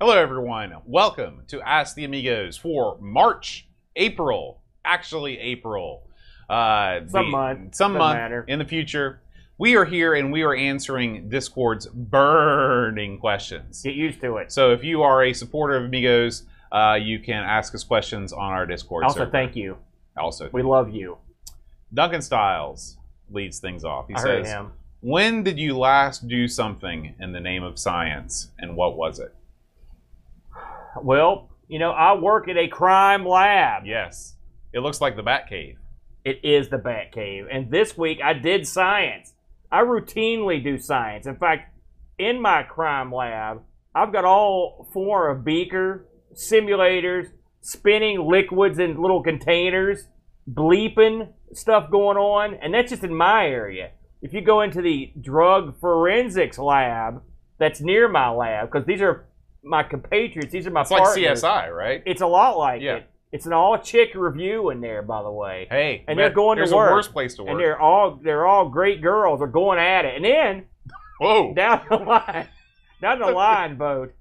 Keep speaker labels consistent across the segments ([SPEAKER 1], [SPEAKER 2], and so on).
[SPEAKER 1] Hello, everyone. Welcome to Ask the Amigos for March, April, actually April. Uh,
[SPEAKER 2] Some
[SPEAKER 1] the-
[SPEAKER 2] month.
[SPEAKER 1] Some
[SPEAKER 2] Doesn't
[SPEAKER 1] month
[SPEAKER 2] matter.
[SPEAKER 1] in the future. We are here and we are answering Discord's burning questions.
[SPEAKER 2] Get used to it.
[SPEAKER 1] So if you are a supporter of Amigos, uh, you can ask us questions on our Discord
[SPEAKER 2] Also,
[SPEAKER 1] server.
[SPEAKER 2] thank you.
[SPEAKER 1] also,
[SPEAKER 2] We love you.
[SPEAKER 1] Duncan Styles leads things off. He
[SPEAKER 2] I heard
[SPEAKER 1] says,
[SPEAKER 2] him.
[SPEAKER 1] When did you last do something in the name of science and what was it?
[SPEAKER 2] Well, you know, I work at a crime lab.
[SPEAKER 1] Yes. It looks like the Batcave.
[SPEAKER 2] It is the Batcave. And this week I did science. I routinely do science. In fact, in my crime lab, I've got all four of beaker, simulators, spinning liquids in little containers, bleeping stuff going on, and that's just in my area. If you go into the drug forensics lab that's near my lab, because these are my compatriots, these are my
[SPEAKER 1] It's like
[SPEAKER 2] partners.
[SPEAKER 1] CSI, right?
[SPEAKER 2] It's a lot like
[SPEAKER 1] Yeah.
[SPEAKER 2] it. It's an all chick review in there, by the way
[SPEAKER 1] Hey, man,
[SPEAKER 2] And they're going to
[SPEAKER 1] there's
[SPEAKER 2] work.
[SPEAKER 1] a worse place to
[SPEAKER 2] and
[SPEAKER 1] work.
[SPEAKER 2] they're all they're all great girls are going at it and then
[SPEAKER 1] Whoa.
[SPEAKER 2] down the line down the line boat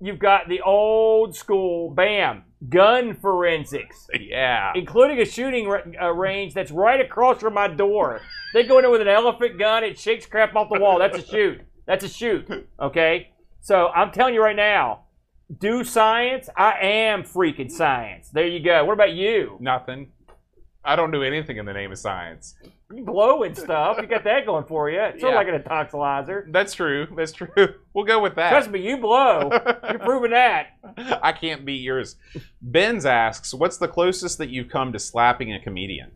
[SPEAKER 2] you've got the old school bam gun forensics
[SPEAKER 1] yeah.
[SPEAKER 2] including a shooting ra- uh, range that's right across from my door they go in there with an elephant gun it shakes crap off the wall that's a shoot that's a shoot okay so i'm telling you right now do science i am freaking science there you go what about you
[SPEAKER 1] Nothing. I don't do anything in the name of science.
[SPEAKER 2] you blowing stuff you got that going for you it's sort
[SPEAKER 1] Yeah.
[SPEAKER 2] of like an intoxilizer
[SPEAKER 1] That's true. That's true. We'll go with that.
[SPEAKER 2] Trust me, you blow. You're proving that.
[SPEAKER 1] I can't beat yours. Benz asks, "What's the closest that you've come to slapping a comedian?"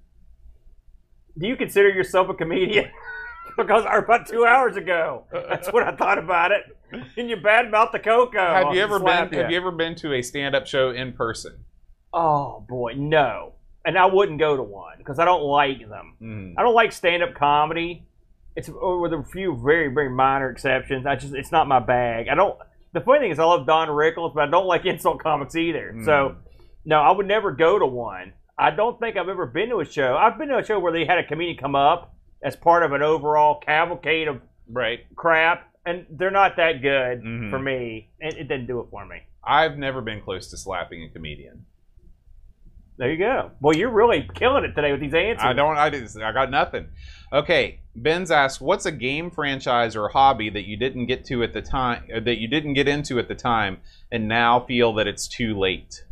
[SPEAKER 2] Do you consider yourself a comedian? because or about two hours ago, that's what I thought about it. And you badmouth the cocoa.
[SPEAKER 1] have you ever been?
[SPEAKER 2] Oh, Slap
[SPEAKER 1] Have you ever been to a stand-up show in person?
[SPEAKER 2] Oh boy, no. And I wouldn't go to one because I don't like them.
[SPEAKER 1] Mm.
[SPEAKER 2] I don't like stand-up comedy. It's or with a few very very minor exceptions. I just it's not my bag. I don't. The funny thing is, I love Don Rickles, but I don't like insult comics either. So
[SPEAKER 1] Hmm.
[SPEAKER 2] No, I would never go to one. I don't think I've ever been to a show. I've been to a show where they had a comedian come up as part of an overall cavalcade of
[SPEAKER 1] right.
[SPEAKER 2] crap, and they're not that good
[SPEAKER 1] Mhm.
[SPEAKER 2] for me. It, it didn't do it for me.
[SPEAKER 1] I've never been close to slapping a comedian.
[SPEAKER 2] There you go. Well, you're really killing it today with these answers.
[SPEAKER 1] I don't. I didn't. I got nothing. Okay. Benz asks, "What's a game franchise or hobby that you didn't get to at the time, or that you didn't get into at the time, and now feel that it's too late?"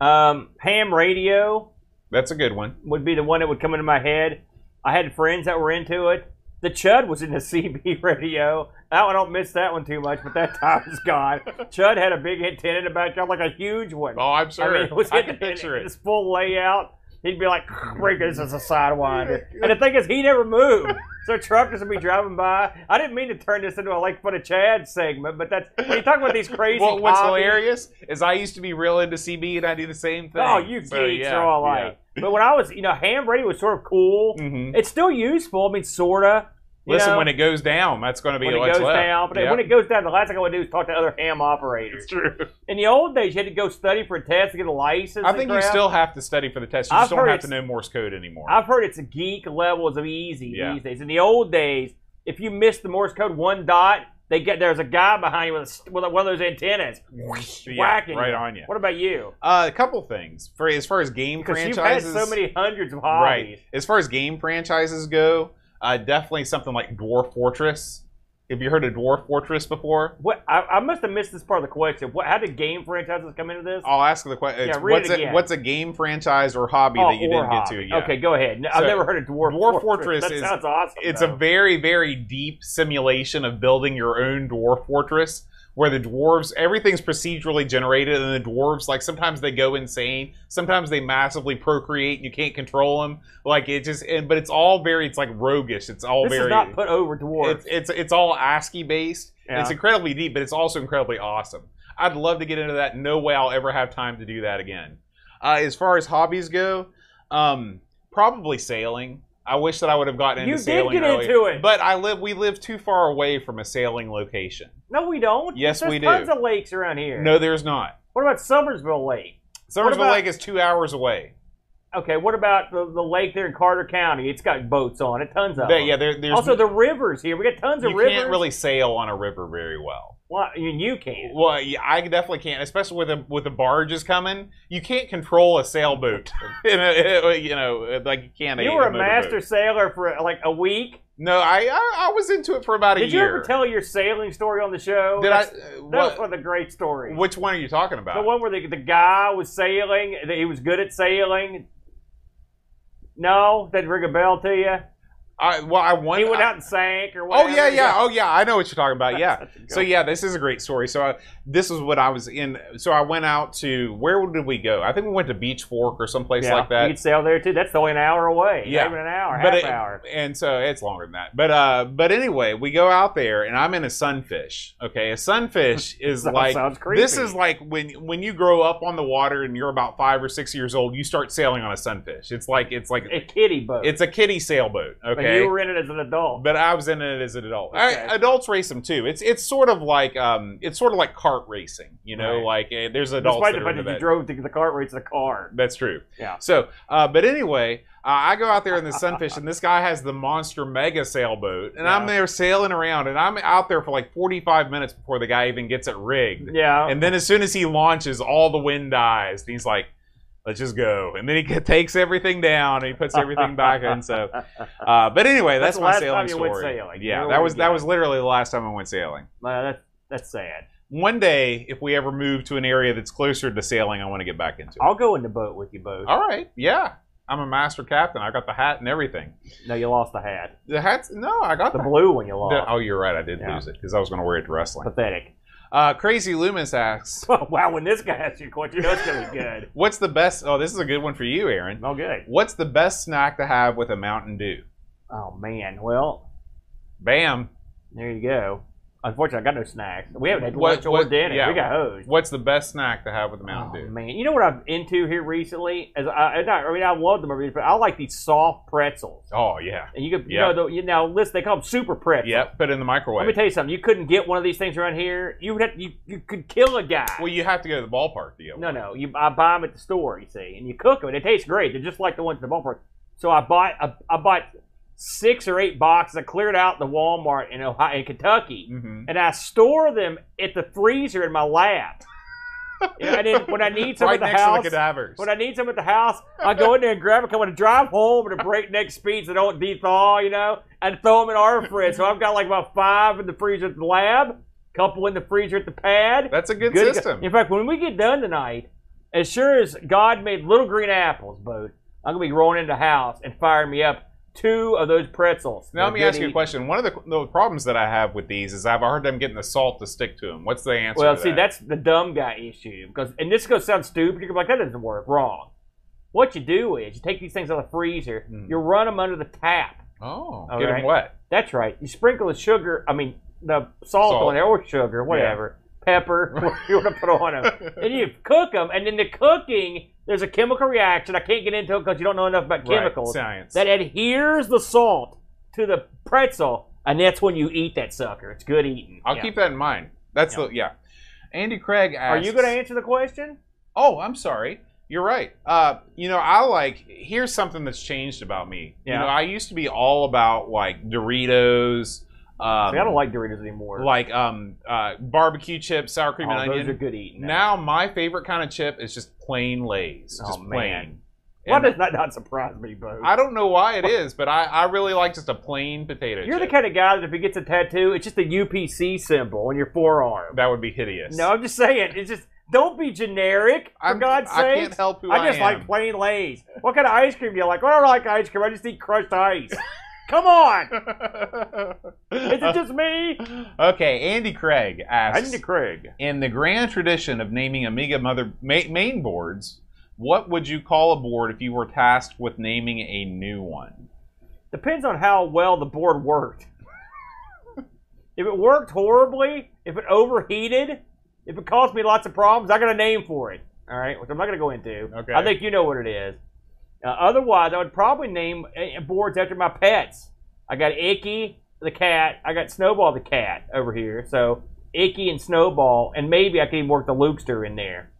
[SPEAKER 2] Um, ham radio
[SPEAKER 1] That's a good one.
[SPEAKER 2] would be the one that would come into my head. I had friends that were into it. The Chud was in the CB radio. That one, I don't miss that one too much, but that time is gone. Chud had a big antenna in the background, like a huge one.
[SPEAKER 1] Oh, I'm
[SPEAKER 2] I,
[SPEAKER 1] sure. I,
[SPEAKER 2] mean, it was
[SPEAKER 1] can
[SPEAKER 2] in- in-
[SPEAKER 1] picture
[SPEAKER 2] in
[SPEAKER 1] it.
[SPEAKER 2] This full layout. He'd be like, break this as a sidewinder. And the thing is, he never moved. So truckers would be driving by. I didn't mean to turn this into a like fun of Chad segment, but that's when you talk about these crazy.
[SPEAKER 1] Well, what's
[SPEAKER 2] hobbies-
[SPEAKER 1] hilarious is I used to be real into CB and I do the same thing.
[SPEAKER 2] Oh, you
[SPEAKER 1] So,
[SPEAKER 2] geeks
[SPEAKER 1] yeah,
[SPEAKER 2] are all like. But when I was, you know, ham radio was sort of cool.
[SPEAKER 1] yeah. Mhm.
[SPEAKER 2] It's still useful. I mean, sorta. you
[SPEAKER 1] Listen,
[SPEAKER 2] know,
[SPEAKER 1] when it goes down, that's going to be
[SPEAKER 2] when it
[SPEAKER 1] what's
[SPEAKER 2] goes
[SPEAKER 1] left.
[SPEAKER 2] down, but
[SPEAKER 1] Yep.
[SPEAKER 2] when it goes down, the last thing I would do is talk to other ham operators.
[SPEAKER 1] it's true.
[SPEAKER 2] In the old days, you had to go study for a test to get a license.
[SPEAKER 1] I
[SPEAKER 2] and
[SPEAKER 1] think you
[SPEAKER 2] crap.
[SPEAKER 1] still have to study for the test. You
[SPEAKER 2] I've
[SPEAKER 1] just don't
[SPEAKER 2] heard
[SPEAKER 1] have to
[SPEAKER 2] it's-
[SPEAKER 1] know Morse code anymore.
[SPEAKER 2] I've heard it's a geek levels of easy
[SPEAKER 1] Yeah.
[SPEAKER 2] these days. In the old days, if you missed the Morse code one dot, they get there's a guy behind you with, a, st- with one of those antennas.
[SPEAKER 1] Mm-hmm. Yeah,
[SPEAKER 2] whacking
[SPEAKER 1] right
[SPEAKER 2] you.
[SPEAKER 1] on you.
[SPEAKER 2] What about you?
[SPEAKER 1] Uh, a couple things for as far as game
[SPEAKER 2] Because you've had
[SPEAKER 1] franchises.
[SPEAKER 2] so many hundreds of
[SPEAKER 1] right.
[SPEAKER 2] hobbies.
[SPEAKER 1] As far as game franchises go, uh, definitely something like Dwarf Fortress. Have you heard of Dwarf Fortress before?
[SPEAKER 2] What I, I must have missed this part of the question. What, how did game franchises come into this?
[SPEAKER 1] I'll ask the question.
[SPEAKER 2] Yeah, read
[SPEAKER 1] what's,
[SPEAKER 2] it
[SPEAKER 1] a,
[SPEAKER 2] again.
[SPEAKER 1] what's a game franchise or hobby
[SPEAKER 2] Oh,
[SPEAKER 1] that you
[SPEAKER 2] or
[SPEAKER 1] didn't
[SPEAKER 2] hobby.
[SPEAKER 1] get to? Yeah.
[SPEAKER 2] Okay, go ahead. No,
[SPEAKER 1] So,
[SPEAKER 2] I've never heard of Dwarf,
[SPEAKER 1] Dwarf Fortress
[SPEAKER 2] That
[SPEAKER 1] is-
[SPEAKER 2] sounds awesome.
[SPEAKER 1] it's
[SPEAKER 2] though.
[SPEAKER 1] a very very deep simulation of building your own dwarf fortress where the dwarves everything's procedurally generated and the dwarves like sometimes they go insane sometimes they massively procreate and you can't control them like it just and, but it's all very it's like roguish it's all
[SPEAKER 2] this
[SPEAKER 1] very
[SPEAKER 2] is not put over dwarf.
[SPEAKER 1] it's, it's it's all ascii based and it's
[SPEAKER 2] Yeah.
[SPEAKER 1] incredibly deep but it's also incredibly awesome i'd love to get into that no way i'll ever have time to do that again uh, as far as hobbies go um, probably sailing i wish that i would have gotten into
[SPEAKER 2] You did
[SPEAKER 1] sailing
[SPEAKER 2] get
[SPEAKER 1] early,
[SPEAKER 2] into it.
[SPEAKER 1] but i live we live too far away from a sailing location
[SPEAKER 2] no, we don't.
[SPEAKER 1] Yes,
[SPEAKER 2] There's
[SPEAKER 1] we do.
[SPEAKER 2] tons of lakes around here.
[SPEAKER 1] no there's not
[SPEAKER 2] What about Summersville Lake?
[SPEAKER 1] summersville
[SPEAKER 2] about-
[SPEAKER 1] lake is two hours away
[SPEAKER 2] Okay, what about the, the lake there in Carter County? It's got boats on it, tons of
[SPEAKER 1] There-
[SPEAKER 2] them.
[SPEAKER 1] yeah there, there's
[SPEAKER 2] also, the rivers here. We got tons
[SPEAKER 1] you
[SPEAKER 2] of rivers.
[SPEAKER 1] can't really sail on a river very well
[SPEAKER 2] Well, you, you can.
[SPEAKER 1] Well, yeah, I definitely can't, especially with the with the barges coming. You can't control a sailboat. in a, you know, like you can't.
[SPEAKER 2] You
[SPEAKER 1] in
[SPEAKER 2] were a
[SPEAKER 1] motorboat.
[SPEAKER 2] master sailor for like a week.
[SPEAKER 1] No, I, I I was into it for about a
[SPEAKER 2] Did you
[SPEAKER 1] year.
[SPEAKER 2] ever tell your sailing story on the show?
[SPEAKER 1] Did I?
[SPEAKER 2] That's-
[SPEAKER 1] uh,
[SPEAKER 2] That's
[SPEAKER 1] What,
[SPEAKER 2] one of the great stories.
[SPEAKER 1] which one are you talking
[SPEAKER 2] The
[SPEAKER 1] about?
[SPEAKER 2] one where the, the guy was sailing, that he was good at sailing. No, that ring a bell to you.
[SPEAKER 1] I, well, I want.
[SPEAKER 2] he went
[SPEAKER 1] I-
[SPEAKER 2] out and sank or
[SPEAKER 1] oh
[SPEAKER 2] whatever.
[SPEAKER 1] yeah, yeah. Oh yeah. I know what you're talking about. Yeah.
[SPEAKER 2] Such a good
[SPEAKER 1] So yeah, this is a great story. So I, this is what I was in. So I went out to where did we go? I think we went to Beach Fork or someplace
[SPEAKER 2] Yeah,
[SPEAKER 1] like that.
[SPEAKER 2] You could sail there too. That's only an hour away.
[SPEAKER 1] Yeah.
[SPEAKER 2] Not even an hour,
[SPEAKER 1] But
[SPEAKER 2] half
[SPEAKER 1] it-
[SPEAKER 2] hour.
[SPEAKER 1] and so it's longer than that. But uh, but anyway, we go out there, and I'm in a sunfish. Okay, a sunfish is
[SPEAKER 2] So-
[SPEAKER 1] like
[SPEAKER 2] sounds creepy.
[SPEAKER 1] this is like when when you grow up on the water and you're about five or six years old, you start sailing on a sunfish. It's like it's like
[SPEAKER 2] a kiddie boat.
[SPEAKER 1] it's a kiddie sailboat.
[SPEAKER 2] But
[SPEAKER 1] Okay,
[SPEAKER 2] you were in it as an adult.
[SPEAKER 1] but I was in it as an adult.
[SPEAKER 2] Okay.
[SPEAKER 1] I, adults race them too. It's it's sort of like um, it's sort of like kart racing. You know,
[SPEAKER 2] Right.
[SPEAKER 1] like eh, there's adults
[SPEAKER 2] Despite
[SPEAKER 1] that
[SPEAKER 2] the
[SPEAKER 1] are
[SPEAKER 2] fact
[SPEAKER 1] into
[SPEAKER 2] that you
[SPEAKER 1] that.
[SPEAKER 2] drove to the cart race in a car.
[SPEAKER 1] That's true.
[SPEAKER 2] Yeah.
[SPEAKER 1] So, uh, but anyway, uh, I go out there in the sunfish, and this guy has the monster mega sailboat, and I'm
[SPEAKER 2] Yeah.
[SPEAKER 1] there sailing around, and I'm out there for like 45 minutes before the guy even gets it rigged.
[SPEAKER 2] Yeah.
[SPEAKER 1] And then as soon as he launches, all the wind dies. And he's like, let's just go. And then he takes everything down and he puts everything back in. So, uh, but anyway, that's,
[SPEAKER 2] That's the
[SPEAKER 1] my
[SPEAKER 2] last
[SPEAKER 1] sailing
[SPEAKER 2] time you
[SPEAKER 1] story.
[SPEAKER 2] went sailing. You
[SPEAKER 1] Yeah,
[SPEAKER 2] know
[SPEAKER 1] that
[SPEAKER 2] where
[SPEAKER 1] was
[SPEAKER 2] you
[SPEAKER 1] that
[SPEAKER 2] go.
[SPEAKER 1] was literally the last time I went sailing.
[SPEAKER 2] Well, that's, that's sad.
[SPEAKER 1] One day, if we ever move to an area that's closer to sailing, I want to get back into it.
[SPEAKER 2] I'll go in the boat with you both.
[SPEAKER 1] All right, yeah. I'm a master captain. I got the hat and everything.
[SPEAKER 2] No, you lost the hat.
[SPEAKER 1] The hat's no, I got the.
[SPEAKER 2] The blue one you
[SPEAKER 1] the-
[SPEAKER 2] lost.
[SPEAKER 1] oh, you're right. I did
[SPEAKER 2] Yeah.
[SPEAKER 1] lose it because I was going to wear it to wrestling.
[SPEAKER 2] Pathetic.
[SPEAKER 1] Uh, Crazy Loomis asks,
[SPEAKER 2] wow, when this guy asks you a question, you know it's going to be good.
[SPEAKER 1] "What's the best?" Oh, this is a good one for you, Aaron.
[SPEAKER 2] Oh, good.
[SPEAKER 1] What's the best snack to have with a Mountain Dew?
[SPEAKER 2] Oh, man. Well,
[SPEAKER 1] Bam.
[SPEAKER 2] there you go. Unfortunately, I got no snacks. We haven't had
[SPEAKER 1] What-
[SPEAKER 2] lunch or
[SPEAKER 1] what-
[SPEAKER 2] dinner.
[SPEAKER 1] yeah.
[SPEAKER 2] We got hosed.
[SPEAKER 1] What's the best snack to have with a Mountain
[SPEAKER 2] Oh,
[SPEAKER 1] Dew?
[SPEAKER 2] man, you know what I'm into here recently? As I, and I, I mean, I love the margaritas, but I like these soft pretzels.
[SPEAKER 1] Oh yeah.
[SPEAKER 2] And you could, you
[SPEAKER 1] Yeah.
[SPEAKER 2] know, the, you now listen, they call them super pretzels.
[SPEAKER 1] Yep. Put it in the
[SPEAKER 2] Let me
[SPEAKER 1] microwave.
[SPEAKER 2] tell you something. You couldn't get one of these things around here. You would have, you, you could kill a guy.
[SPEAKER 1] Well, you have to go to the ballpark to get
[SPEAKER 2] no,
[SPEAKER 1] one.
[SPEAKER 2] no. You, I buy them at the store. You see, and you cook them, and it tastes great. They're just like the ones at the ballpark. So I bought, I, I bought six or eight boxes. I cleared out the Walmart in Ohio, in Kentucky.
[SPEAKER 1] Mm-hmm.
[SPEAKER 2] and I store them at the freezer in my lab. and then when I need some
[SPEAKER 1] right
[SPEAKER 2] at the
[SPEAKER 1] next
[SPEAKER 2] house,
[SPEAKER 1] to the cadavers.
[SPEAKER 2] when I need some at the house, I go in there and grab them. 'cause When I drive home at a breakneck speed, so they don't thaw, you know, and throw them in our fridge. So I've got like about five in the freezer at the lab, couple in the freezer at the pad.
[SPEAKER 1] That's a good,
[SPEAKER 2] Good to go.
[SPEAKER 1] system.
[SPEAKER 2] In fact, when we get done tonight, as sure as God made little green apples, boat, I'm gonna be rolling into the house and firing me up two of those pretzels.
[SPEAKER 1] Now let
[SPEAKER 2] They're
[SPEAKER 1] me
[SPEAKER 2] good
[SPEAKER 1] ask you a
[SPEAKER 2] eating.
[SPEAKER 1] question. One of the, the problems that I have with these is I've heard them getting the salt to stick to them. What's the answer?
[SPEAKER 2] Well,
[SPEAKER 1] to
[SPEAKER 2] see,
[SPEAKER 1] that?
[SPEAKER 2] that's the dumb guy issue because, and this is gonna sound stupid. You're gonna be like, that doesn't work. Wrong. What you do is you take these things out of the freezer,
[SPEAKER 1] Mm.
[SPEAKER 2] you run them under the tap.
[SPEAKER 1] oh,
[SPEAKER 2] All
[SPEAKER 1] get them
[SPEAKER 2] right.
[SPEAKER 1] wet.
[SPEAKER 2] That's right. You sprinkle the sugar. I mean, the salt,
[SPEAKER 1] Salt.
[SPEAKER 2] on there or sugar, whatever, pepper, whatever you want to put on them, and you cook them. And in the cooking, there's a chemical reaction. I can't get into it because you don't know enough about
[SPEAKER 1] Right,
[SPEAKER 2] chemicals
[SPEAKER 1] science.
[SPEAKER 2] that adheres the salt to the pretzel, and that's when you eat that sucker. It's good eating.
[SPEAKER 1] I'll
[SPEAKER 2] Yeah.
[SPEAKER 1] keep that in mind. That's
[SPEAKER 2] Yeah.
[SPEAKER 1] the yeah. Andy Craig
[SPEAKER 2] Are
[SPEAKER 1] asks.
[SPEAKER 2] you going to answer the question?
[SPEAKER 1] Oh, I'm sorry. You're right. Uh, you know, I like. Here's something that's changed about me. You
[SPEAKER 2] Yeah.
[SPEAKER 1] know, I used to be all about like Doritos. Um,
[SPEAKER 2] See, I don't like Doritos anymore.
[SPEAKER 1] like um uh, barbecue chips, sour cream
[SPEAKER 2] Oh,
[SPEAKER 1] and
[SPEAKER 2] those
[SPEAKER 1] onion.
[SPEAKER 2] are good eating.
[SPEAKER 1] Now my favorite kind of chip is just plain Lay's.
[SPEAKER 2] Oh,
[SPEAKER 1] just
[SPEAKER 2] man.
[SPEAKER 1] plain.
[SPEAKER 2] why
[SPEAKER 1] And-
[SPEAKER 2] does that not surprise me, Bo?
[SPEAKER 1] I don't know why it is, but I, I really like just a plain potato
[SPEAKER 2] You're the
[SPEAKER 1] chip.
[SPEAKER 2] kind of guy that if he gets a tattoo, it's just a UPC symbol on your forearm.
[SPEAKER 1] that would be hideous.
[SPEAKER 2] No, I'm just saying, it's just don't be generic for
[SPEAKER 1] I'm,
[SPEAKER 2] God's
[SPEAKER 1] I
[SPEAKER 2] sake.
[SPEAKER 1] can't help who I,
[SPEAKER 2] I just
[SPEAKER 1] am.
[SPEAKER 2] like plain Lay's. What kind of ice cream do you like? Well, I don't like ice cream. I just eat crushed ice. Come on, is it just me?
[SPEAKER 1] Uh, okay, Andy Craig
[SPEAKER 2] I
[SPEAKER 1] asks
[SPEAKER 2] need a Craig.
[SPEAKER 1] In the grand tradition of naming Amiga mother ma- main boards, what would you call a board if you were tasked with naming a new one?
[SPEAKER 2] Depends on how well the board worked. if it worked horribly, if it overheated, if it caused me lots of problems, I got a name for it. All right, which I'm not going to go into.
[SPEAKER 1] Okay.
[SPEAKER 2] I think you know what it is. Uh, otherwise, I would probably name uh, boards after my pets. I got Icky the cat. I got Snowball the cat over here. So Icky and Snowball, and maybe I could even work the Lukester in there.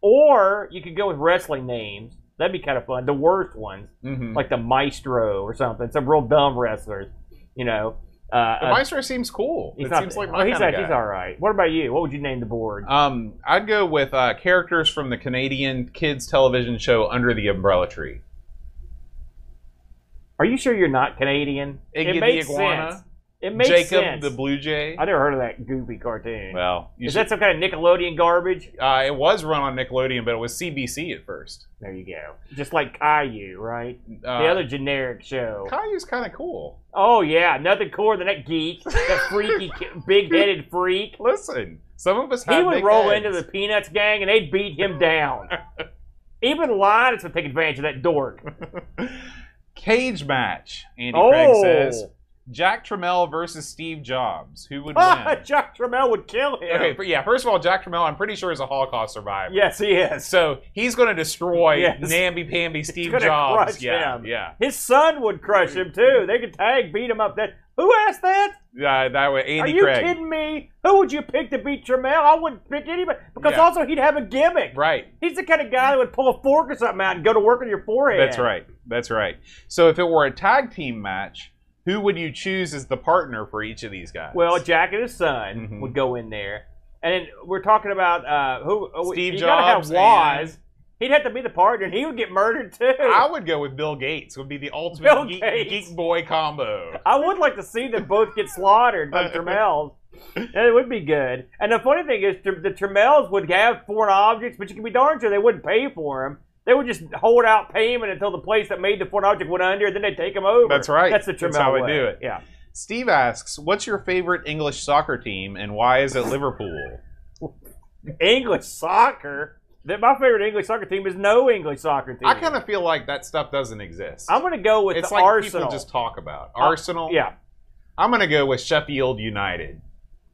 [SPEAKER 2] Or you could go with wrestling names. That'd be kind of fun. The worst ones
[SPEAKER 1] Mm-hmm.
[SPEAKER 2] like the Maestro or something. Some real dumb wrestlers, you know. Uh,
[SPEAKER 1] The
[SPEAKER 2] uh,
[SPEAKER 1] Viceroy seems cool.
[SPEAKER 2] he's
[SPEAKER 1] it
[SPEAKER 2] not-
[SPEAKER 1] seems like
[SPEAKER 2] oh,
[SPEAKER 1] my
[SPEAKER 2] he's,
[SPEAKER 1] kind of
[SPEAKER 2] he's
[SPEAKER 1] guy.
[SPEAKER 2] all right. What about you? What would you name the board?
[SPEAKER 1] Um, I'd go with uh, characters from the Canadian kids television show Under the Umbrella Tree.
[SPEAKER 2] Are you sure you're not Canadian?
[SPEAKER 1] Iggy the
[SPEAKER 2] makes
[SPEAKER 1] Iguana,
[SPEAKER 2] sense. It makes
[SPEAKER 1] Jacob
[SPEAKER 2] sense.
[SPEAKER 1] the Blue Jay.
[SPEAKER 2] I never heard of that goofy cartoon.
[SPEAKER 1] Well, you
[SPEAKER 2] Is
[SPEAKER 1] should,
[SPEAKER 2] that some kind of Nickelodeon garbage?
[SPEAKER 1] uh, it was run on Nickelodeon, but it was CBC at first.
[SPEAKER 2] There you go. Just like Caillou, right?
[SPEAKER 1] Uh,
[SPEAKER 2] the other generic show.
[SPEAKER 1] Caillou's kind of cool.
[SPEAKER 2] oh yeah, nothing cooler than that geek, that freaky, big-headed freak.
[SPEAKER 1] Listen, some of us
[SPEAKER 2] He
[SPEAKER 1] had
[SPEAKER 2] would
[SPEAKER 1] big
[SPEAKER 2] roll
[SPEAKER 1] heads.
[SPEAKER 2] into the Peanuts gang and they'd beat him down. Even Linus would take advantage of that dork.
[SPEAKER 1] cage match. Andy Craig says
[SPEAKER 2] oh,
[SPEAKER 1] Jack Trammell versus Steve Jobs. Who would
[SPEAKER 2] Ah,
[SPEAKER 1] win?
[SPEAKER 2] Chuck Trammell would kill him.
[SPEAKER 1] okay, but yeah. First of all, Jack Trammell, I'm pretty sure is a Holocaust survivor.
[SPEAKER 2] Yes, he is.
[SPEAKER 1] So he's going to destroy
[SPEAKER 2] Yes.
[SPEAKER 1] namby pamby Steve
[SPEAKER 2] gonna
[SPEAKER 1] Jobs.
[SPEAKER 2] crush
[SPEAKER 1] yeah,
[SPEAKER 2] him.
[SPEAKER 1] yeah.
[SPEAKER 2] His son would crush him too. They could tag beat him up. That who asked that?
[SPEAKER 1] Uh, that way, Andy
[SPEAKER 2] Are you
[SPEAKER 1] Craig.
[SPEAKER 2] kidding me? Who would you pick to beat Trammell? I wouldn't pick anybody because
[SPEAKER 1] Yeah.
[SPEAKER 2] also he'd have a gimmick.
[SPEAKER 1] Right.
[SPEAKER 2] He's the kind of guy that would pull a fork or something out and go to work on your forehead.
[SPEAKER 1] That's right. That's right. So if it were a tag team match, who would you choose as the partner for each of these guys?
[SPEAKER 2] Well, Jack and his son
[SPEAKER 1] Mhm.
[SPEAKER 2] would go in there, and we're talking about uh, who oh,
[SPEAKER 1] Steve
[SPEAKER 2] you gotta
[SPEAKER 1] Jobs
[SPEAKER 2] have Waz. He'd have to be the partner, and he would get murdered too.
[SPEAKER 1] I
[SPEAKER 2] I,
[SPEAKER 1] would go with Bill Gates. Would be the
[SPEAKER 2] Bill
[SPEAKER 1] ultimate geek,
[SPEAKER 2] Gates.
[SPEAKER 1] geek boy combo.
[SPEAKER 2] would like to see them both get slaughtered by Trammell. It would be good. And the funny thing is, Tr- the Trammels would have foreign objects, but you can be darn sure they wouldn't pay for them. They would just hold out payment until the place that made the foreign object went under, and then they take them over.
[SPEAKER 1] That's right.
[SPEAKER 2] That's the Trammell
[SPEAKER 1] That's how
[SPEAKER 2] way.
[SPEAKER 1] I do it.
[SPEAKER 2] Yeah.
[SPEAKER 1] Steve asks, "What's your favorite English soccer team, and why is it Liverpool?"
[SPEAKER 2] English soccer. That my favorite English soccer team is no English soccer team.
[SPEAKER 1] I kind of feel like that stuff doesn't exist.
[SPEAKER 2] I'm gonna go with
[SPEAKER 1] it's
[SPEAKER 2] the
[SPEAKER 1] like
[SPEAKER 2] Arsenal.
[SPEAKER 1] people just talk about
[SPEAKER 2] Uh,
[SPEAKER 1] Arsenal.
[SPEAKER 2] yeah.
[SPEAKER 1] I'm gonna go with Sheffield United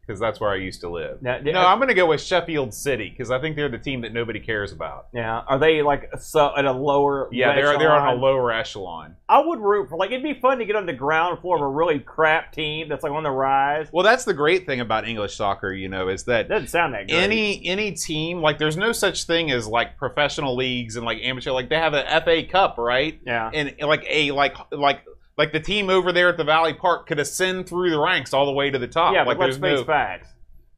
[SPEAKER 1] because that's where I used to live.
[SPEAKER 2] Now,
[SPEAKER 1] No, I'm gonna go with Sheffield City because I think they're the team that nobody cares about.
[SPEAKER 2] now, are they like so at a lower?
[SPEAKER 1] Yeah, they're they're on a
[SPEAKER 2] echelon?
[SPEAKER 1] lower echelon.
[SPEAKER 2] I would root for like it'd be fun to get on the ground floor of a really crap team that's like on the rise.
[SPEAKER 1] Well, that's the great thing about English soccer, you know, is that
[SPEAKER 2] Doesn't sound that great.
[SPEAKER 1] any any team like there's no such thing as like professional leagues and like amateur like they have an FA Cup, right?
[SPEAKER 2] yeah.
[SPEAKER 1] And like a like like like the team over there at the Valley Park could ascend through the ranks all the way to the top.
[SPEAKER 2] yeah,
[SPEAKER 1] Oh, like
[SPEAKER 2] but let's
[SPEAKER 1] there's
[SPEAKER 2] face
[SPEAKER 1] no
[SPEAKER 2] facts.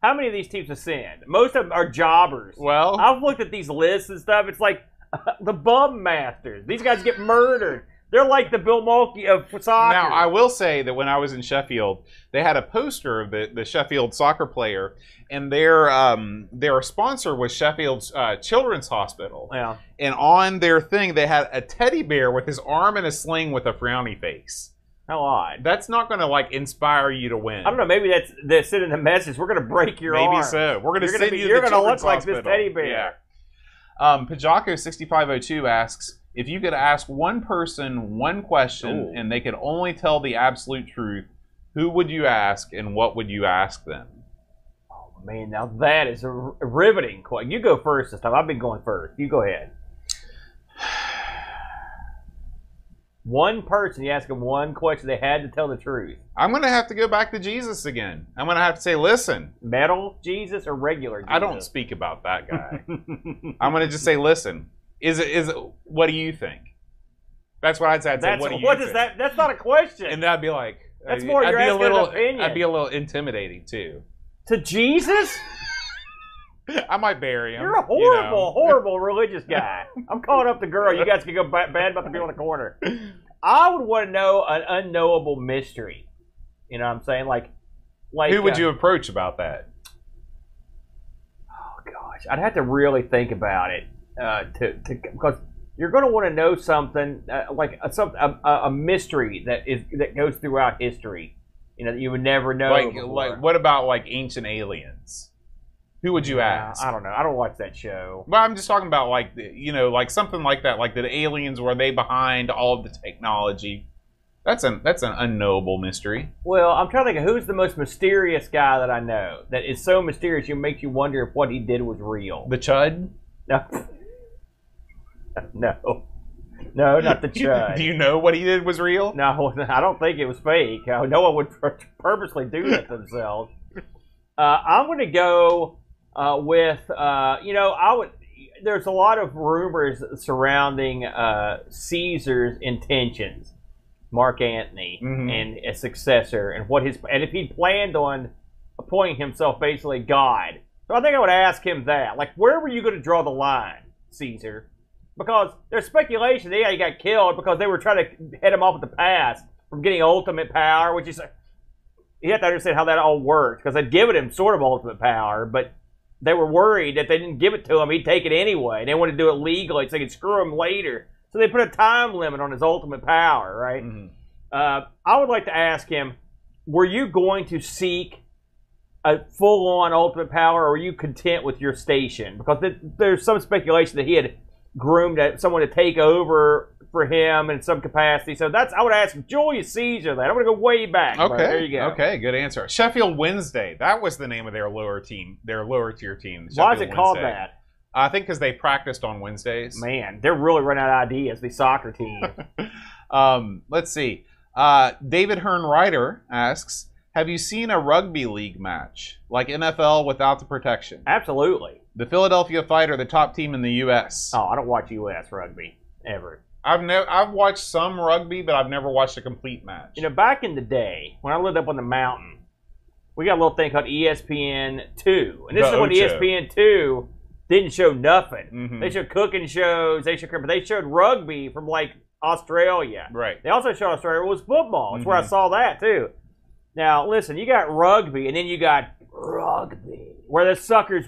[SPEAKER 2] How many of these teams ascend? Most of them are jobbers.
[SPEAKER 1] well,
[SPEAKER 2] I've looked at these lists and stuff. It's like the bum masters. These guys get murdered. They're like the Bill Mulkey of soccer.
[SPEAKER 1] Now, I will say that when I was in Sheffield, they had a poster of the, the Sheffield soccer player, and their um, their sponsor was Sheffield's uh, Children's Hospital.
[SPEAKER 2] yeah.
[SPEAKER 1] And on their thing, they had a teddy bear with his arm in a sling with a frowny face.
[SPEAKER 2] How odd.
[SPEAKER 1] That's not going to like inspire you to win.
[SPEAKER 2] I don't know. Maybe that's they're sending the message. We're gonna break your
[SPEAKER 1] Maybe
[SPEAKER 2] arm.
[SPEAKER 1] so. We're going to
[SPEAKER 2] You're
[SPEAKER 1] send
[SPEAKER 2] gonna be-
[SPEAKER 1] you. to
[SPEAKER 2] you're
[SPEAKER 1] the
[SPEAKER 2] gonna look
[SPEAKER 1] Children's
[SPEAKER 2] like this
[SPEAKER 1] Hospital.
[SPEAKER 2] teddy bear.
[SPEAKER 1] Yeah. Um, Pajaco sixty five oh two asks if you could ask one person one question
[SPEAKER 2] Ooh.
[SPEAKER 1] and they could only tell the absolute truth. Who would you ask, and what would you ask them?
[SPEAKER 2] Oh, man, now that is a r- riveting question. You go first this time. I've been going first. You go ahead. One person, you ask them one question, they had to tell the truth.
[SPEAKER 1] I'm gonna have to go back to Jesus again. I'm gonna have to say, listen,
[SPEAKER 2] Metal Jesus or regular Jesus?
[SPEAKER 1] I don't speak about that guy. I'm gonna just say, listen, is it is it, what do you think? That's what I'd say. I'd say,
[SPEAKER 2] That's,
[SPEAKER 1] what do
[SPEAKER 2] what,
[SPEAKER 1] you
[SPEAKER 2] is
[SPEAKER 1] think?
[SPEAKER 2] that? That's not a question.
[SPEAKER 1] And then I'd be like, uh,
[SPEAKER 2] That's more
[SPEAKER 1] I'd
[SPEAKER 2] you're
[SPEAKER 1] be a
[SPEAKER 2] asking an
[SPEAKER 1] little,
[SPEAKER 2] opinion.
[SPEAKER 1] I'd be a little intimidating too.
[SPEAKER 2] to Jesus?
[SPEAKER 1] I might bury him.
[SPEAKER 2] You're a
[SPEAKER 1] you
[SPEAKER 2] horrible,
[SPEAKER 1] know.
[SPEAKER 2] horrible religious guy. I'm calling up the girl. You guys can go ba- bad about the girl in the corner. I would want to know an unknowable mystery. You know what I'm saying? Like, like
[SPEAKER 1] Who would
[SPEAKER 2] uh,
[SPEAKER 1] you approach about that?
[SPEAKER 2] Oh gosh, I'd have to really think about it uh, to to because you're going to want to know something uh, like a, some a, a a mystery that is that goes throughout history. You know that you would never know.
[SPEAKER 1] like,
[SPEAKER 2] before.
[SPEAKER 1] like, what about like ancient aliens? Who would you
[SPEAKER 2] Yeah,
[SPEAKER 1] ask?
[SPEAKER 2] I don't know. I don't watch that show.
[SPEAKER 1] Well, I'm just talking about like the- you know, like something like that. Like the aliens were they behind all of the technology? That's an that's an unknowable mystery.
[SPEAKER 2] Well, I'm trying to think of who's the most mysterious guy that I know that is so mysterious you makes you wonder if what he did was real.
[SPEAKER 1] The Chud.
[SPEAKER 2] No, no, no, not the
[SPEAKER 1] Do
[SPEAKER 2] judge.
[SPEAKER 1] you know what he did was real?
[SPEAKER 2] No, I don't think it was fake. Uh, No one would pur- purposely do that themselves. Uh, I'm going to go uh, with, uh, you know, I would. There's a lot of rumors surrounding uh, Caesar's intentions, Mark Antony
[SPEAKER 1] Mhm.
[SPEAKER 2] and a successor and what his and if he planned on appointing himself basically God. So I think I would ask him that. Like where were you going to draw the line, Caesar? Because there's speculation that yeah, he got killed because they were trying to head him off with the past from getting ultimate power, which is you have to understand how that all worked because they'd given him sort of ultimate power, but they were worried that they didn't give it to him, he'd take it anyway. They wanted to do it legally so they could screw him later. So they put a time limit on his ultimate power, right?
[SPEAKER 1] Mhm.
[SPEAKER 2] Uh, I would like to ask him: Were you going to seek a full-on ultimate power, or are you content with your station? Because th- there's some speculation that he had groomed a- someone to take over for him in some capacity. So that's I would ask Julius Caesar that. I'm going to go way back.
[SPEAKER 1] Okay.
[SPEAKER 2] but there you go.
[SPEAKER 1] Okay, good answer. Sheffield Wednesday. That was the name of their lower team, their lower tier team.
[SPEAKER 2] Why is
[SPEAKER 1] Sheffield
[SPEAKER 2] it called
[SPEAKER 1] Wednesday.
[SPEAKER 2] that?
[SPEAKER 1] I think because they practiced on Wednesdays.
[SPEAKER 2] Man, they're really running out of ideas. The soccer team.
[SPEAKER 1] Um, let's see. Uh, David Hearn Ryder asks, "Have you seen a rugby league match like NFL without the protection?
[SPEAKER 2] Absolutely.
[SPEAKER 1] The Philadelphia Fight are the top team in the U.S.
[SPEAKER 2] Oh, I don't watch U.S. rugby ever.
[SPEAKER 1] I've never I've watched some rugby, but I've never watched a complete match.
[SPEAKER 2] You know, back in the day when I lived up on the mountain, we got a little thing called E ESPN two, and this
[SPEAKER 1] The
[SPEAKER 2] is E when
[SPEAKER 1] Ocho.
[SPEAKER 2] ESPN two didn't show nothing.
[SPEAKER 1] Mhm.
[SPEAKER 2] They showed cooking shows. They showed, but they showed rugby from like Australia.
[SPEAKER 1] right?
[SPEAKER 2] They also showed Australia was football. That's where I
[SPEAKER 1] Mhm.
[SPEAKER 2] saw that too. Now listen, you got rugby, and then you got rugby, where the suckers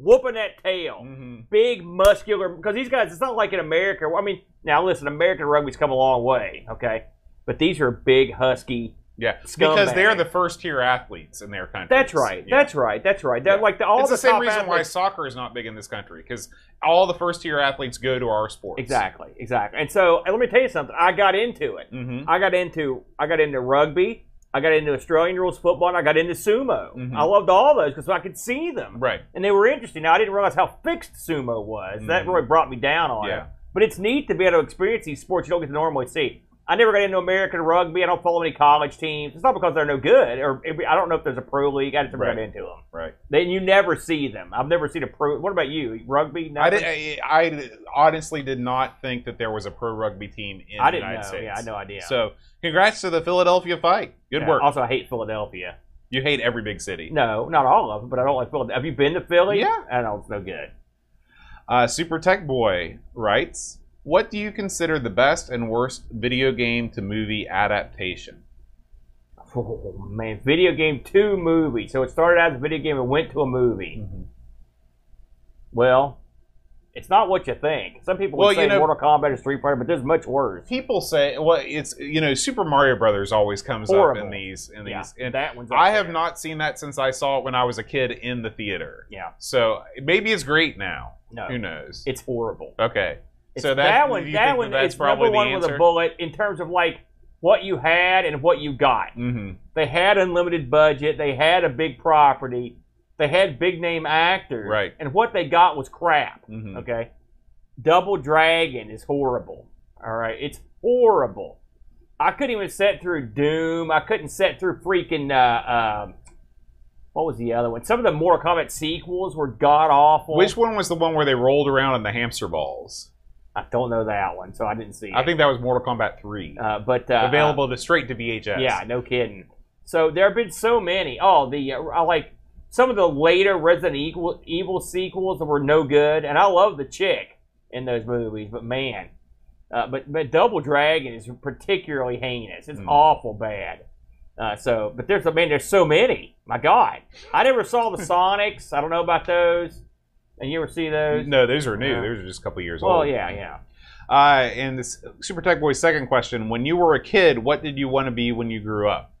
[SPEAKER 2] whooping that tail
[SPEAKER 1] Mhm.
[SPEAKER 2] big muscular because these guys it's not like in america i mean now listen american rugby's come a long way okay but these are big husky
[SPEAKER 1] Yeah,
[SPEAKER 2] Scumbag.
[SPEAKER 1] because they're the first tier athletes in their country.
[SPEAKER 2] that's right that's right that's right they're
[SPEAKER 1] Yeah.
[SPEAKER 2] like the, all
[SPEAKER 1] it's the, same
[SPEAKER 2] top
[SPEAKER 1] reason why
[SPEAKER 2] athletes-
[SPEAKER 1] soccer is not big in this country because all the first tier athletes go to our sports.
[SPEAKER 2] exactly exactly and so and let me tell you something i got into it
[SPEAKER 1] hmm
[SPEAKER 2] i got into i got into rugby i got into australian rules football and i got into sumo
[SPEAKER 1] Mhm.
[SPEAKER 2] i loved all those because i could see them
[SPEAKER 1] Right.
[SPEAKER 2] and they were interesting now i didn't realize how fixed sumo was that
[SPEAKER 1] Mhm.
[SPEAKER 2] really brought me down on it
[SPEAKER 1] Yeah.
[SPEAKER 2] But it's neat to be able to experience these sports you don't get to normally see. I never got into American rugby. I don't follow any college teams. It's not because they're no good, or I don't know if there's a pro league. I just never got
[SPEAKER 1] Right.
[SPEAKER 2] into them.
[SPEAKER 1] Right.
[SPEAKER 2] Then you never see them. I've never seen a pro. What about you? Rugby?
[SPEAKER 1] I,
[SPEAKER 2] Nothing?
[SPEAKER 1] did, I, I honestly did not think that there was a pro rugby team in
[SPEAKER 2] I
[SPEAKER 1] the
[SPEAKER 2] didn't
[SPEAKER 1] United
[SPEAKER 2] know.
[SPEAKER 1] States.
[SPEAKER 2] Yeah, I had no idea.
[SPEAKER 1] So, congrats to the Philadelphia Fight. Good
[SPEAKER 2] Yeah.
[SPEAKER 1] work.
[SPEAKER 2] Also, I hate Philadelphia.
[SPEAKER 1] You hate every big city.
[SPEAKER 2] No, not all of them, but I don't like Philadelphia. Have you been to Philly?
[SPEAKER 1] Yeah.
[SPEAKER 2] I don't. It's no good.
[SPEAKER 1] Uh, Super Tech Boy writes, "What do you consider the best and worst video game to movie adaptation?"
[SPEAKER 2] Oh man, video game two movie. So it started out as a video game and went to a
[SPEAKER 1] Hmm.
[SPEAKER 2] movie. Well, it's not what you think. Some people
[SPEAKER 1] Well,
[SPEAKER 2] would say
[SPEAKER 1] you know-
[SPEAKER 2] Mortal Kombat is Street Fighter, but there's much worse.
[SPEAKER 1] People say, "Well, it's you know Super Mario Brothers always comes up
[SPEAKER 2] Horrible.
[SPEAKER 1] in these in
[SPEAKER 2] Yeah,
[SPEAKER 1] these." And
[SPEAKER 2] that one's. up
[SPEAKER 1] I have
[SPEAKER 2] there.
[SPEAKER 1] not seen that since I saw it when I was a kid in the theater.
[SPEAKER 2] Yeah.
[SPEAKER 1] So maybe it's great now.
[SPEAKER 2] No,
[SPEAKER 1] Who knows?
[SPEAKER 2] it's horrible.
[SPEAKER 1] okay.
[SPEAKER 2] It's,
[SPEAKER 1] So that-
[SPEAKER 2] that
[SPEAKER 1] do
[SPEAKER 2] one,
[SPEAKER 1] you
[SPEAKER 2] that
[SPEAKER 1] think
[SPEAKER 2] one,
[SPEAKER 1] that that's
[SPEAKER 2] is
[SPEAKER 1] probably
[SPEAKER 2] number
[SPEAKER 1] the
[SPEAKER 2] one with a
[SPEAKER 1] answer?
[SPEAKER 2] bullet in terms of like what you had and what you got.
[SPEAKER 1] Mm-hmm.
[SPEAKER 2] They had unlimited budget. They had a big property. They had big name actors.
[SPEAKER 1] Right.
[SPEAKER 2] And what they got was crap.
[SPEAKER 1] Mm-hmm.
[SPEAKER 2] Okay. Double Dragon is horrible. All right. It's horrible. I couldn't even set through Doom. I couldn't set through freaking uh, um, what was the other one? Some of the Mortal Kombat sequels were god awful.
[SPEAKER 1] Which one was the one where they rolled around in the hamster balls?
[SPEAKER 2] I don't know that one, so I didn't see.
[SPEAKER 1] I
[SPEAKER 2] it.
[SPEAKER 1] think that was Mortal Kombat 3.
[SPEAKER 2] uh, but uh,
[SPEAKER 1] Available to straight to VHS.
[SPEAKER 2] yeah, no kidding. So there have been so many. Oh, the uh, I like some of the later Resident Evil, Evil sequels that were no good, and I love the chick in those movies, but man, uh, but but Double Dragon is particularly heinous. It's
[SPEAKER 1] Mm.
[SPEAKER 2] awful bad. Uh, so, but there's I mean, there's so many. My God, I never saw the Sonics. I don't know about those. And you ever see those?
[SPEAKER 1] No, those are new.
[SPEAKER 2] Yeah.
[SPEAKER 1] Those are just a couple years
[SPEAKER 2] Well,
[SPEAKER 1] old.
[SPEAKER 2] yeah, yeah.
[SPEAKER 1] Uh, and this Super Tech Boy's second question: When you were a kid, what did you want to be when you grew up?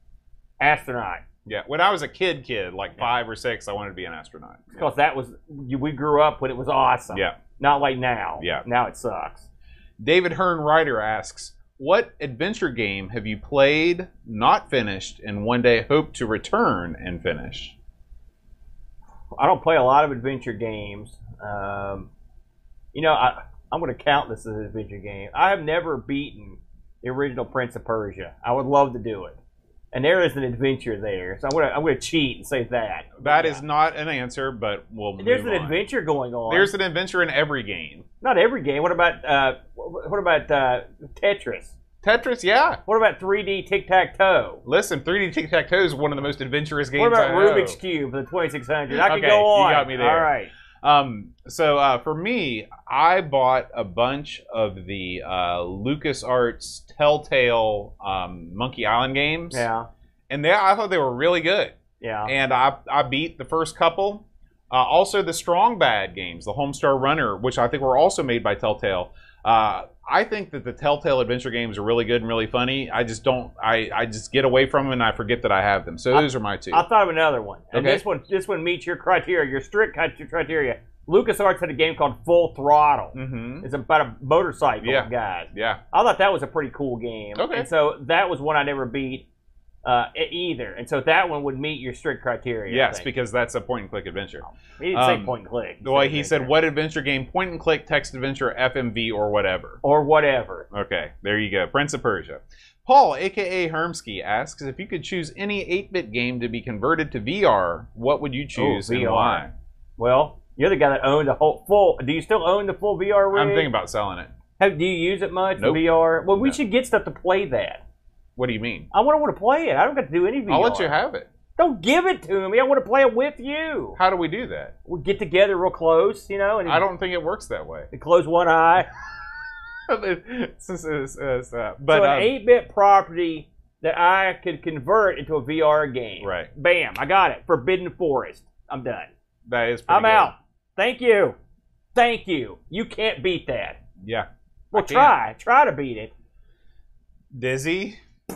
[SPEAKER 2] Astronaut.
[SPEAKER 1] Yeah, when I was a kid, kid, like
[SPEAKER 2] Yeah.
[SPEAKER 1] five or six, I wanted to be an astronaut.
[SPEAKER 2] because that was we grew up when it was awesome.
[SPEAKER 1] Yeah.
[SPEAKER 2] Not like now.
[SPEAKER 1] Yeah.
[SPEAKER 2] Now it sucks.
[SPEAKER 1] David Hearn Ryder asks, "What adventure game have you played, not finished, and one day hope to return and finish?"
[SPEAKER 2] I don't play a lot of adventure games. Um, you know, I, I'm going to count this as an adventure game. I have never beaten the original Prince of Persia. I would love to do it, and there is an adventure there. So I'm going to I'm going to cheat and say that.
[SPEAKER 1] That is not an answer, but we'll.
[SPEAKER 2] There's
[SPEAKER 1] move
[SPEAKER 2] an
[SPEAKER 1] on.
[SPEAKER 2] adventure going on.
[SPEAKER 1] There's an adventure in every game.
[SPEAKER 2] not every game. What about uh, what about uh, Tetris?
[SPEAKER 1] Tetris, yeah.
[SPEAKER 2] What about 3D tic tac toe?
[SPEAKER 1] Listen, 3D Tic Tac Toe is one of the most adventurous games.
[SPEAKER 2] What about
[SPEAKER 1] I know.
[SPEAKER 2] Rubik's Cube, the 2600? I could
[SPEAKER 1] Okay,
[SPEAKER 2] go
[SPEAKER 1] you
[SPEAKER 2] on.
[SPEAKER 1] got me there.
[SPEAKER 2] All right.
[SPEAKER 1] Um, so uh, for me, I bought a bunch of the uh, LucasArts Telltale um, Monkey Island games,
[SPEAKER 2] Yeah.
[SPEAKER 1] and they, I thought they were really good.
[SPEAKER 2] Yeah.
[SPEAKER 1] And I, I beat the first couple. Uh, also, the Strong Bad games, the Homestar Runner, which I think were also made by Telltale. Uh, I think that the Telltale adventure games are really good and really funny. I just don't. I, I just get away from them and I forget that I have them. So
[SPEAKER 2] I-
[SPEAKER 1] those are my two.
[SPEAKER 2] I thought of another one. And
[SPEAKER 1] Okay.
[SPEAKER 2] this one this one meets your criteria, your strict cri- criteria. LucasArts had a game called Full Throttle.
[SPEAKER 1] mm-hmm.
[SPEAKER 2] It's about a motorcycle
[SPEAKER 1] Yeah.
[SPEAKER 2] guys.
[SPEAKER 1] Yeah.
[SPEAKER 2] I thought that was a pretty cool game.
[SPEAKER 1] Okay.
[SPEAKER 2] And so that was one I never beat uh, e- either. And so that one would meet your strict criteria. I
[SPEAKER 1] Yes,
[SPEAKER 2] think.
[SPEAKER 1] because that's a point and click adventure.
[SPEAKER 2] he didn't say
[SPEAKER 1] um,
[SPEAKER 2] point and click.
[SPEAKER 1] The way he said,
[SPEAKER 2] adventure.
[SPEAKER 1] "What adventure game? Point and click, text adventure, FMV, or whatever."
[SPEAKER 2] or whatever.
[SPEAKER 1] Okay, there you go. Prince of Persia. Paul, aka Hermsky, asks if you could choose any 8-bit game to be converted to VR, what would you
[SPEAKER 2] Oh,
[SPEAKER 1] choose and
[SPEAKER 2] VR.
[SPEAKER 1] why?
[SPEAKER 2] Well, you're the guy that owned the whole full. Do you still own the full VR rig?
[SPEAKER 1] I'm thinking about selling it.
[SPEAKER 2] Have, do you use it much
[SPEAKER 1] Nope.
[SPEAKER 2] for VR? Well, we
[SPEAKER 1] No.
[SPEAKER 2] should get stuff to play that.
[SPEAKER 1] What do you mean?
[SPEAKER 2] I want to want to play it. I don't got to do any VR.
[SPEAKER 1] I'll let you have it.
[SPEAKER 2] Don't give it to me. I want to play it with you.
[SPEAKER 1] How do we do that?
[SPEAKER 2] We'll get together real close, you know, and
[SPEAKER 1] I don't think it works that way.
[SPEAKER 2] and close one eye.
[SPEAKER 1] It's- it's- it's, uh, but
[SPEAKER 2] so an
[SPEAKER 1] um,
[SPEAKER 2] eight-bit property that I could convert into a VR game.
[SPEAKER 1] right,
[SPEAKER 2] Bam! I got it. Forbidden Forest. I'm done.
[SPEAKER 1] that is. Pretty
[SPEAKER 2] I'm
[SPEAKER 1] good.
[SPEAKER 2] out. Thank you. Thank you. You can't beat that.
[SPEAKER 1] Yeah,
[SPEAKER 2] Well,
[SPEAKER 1] can't.
[SPEAKER 2] try. Try to beat it.
[SPEAKER 1] dizzy.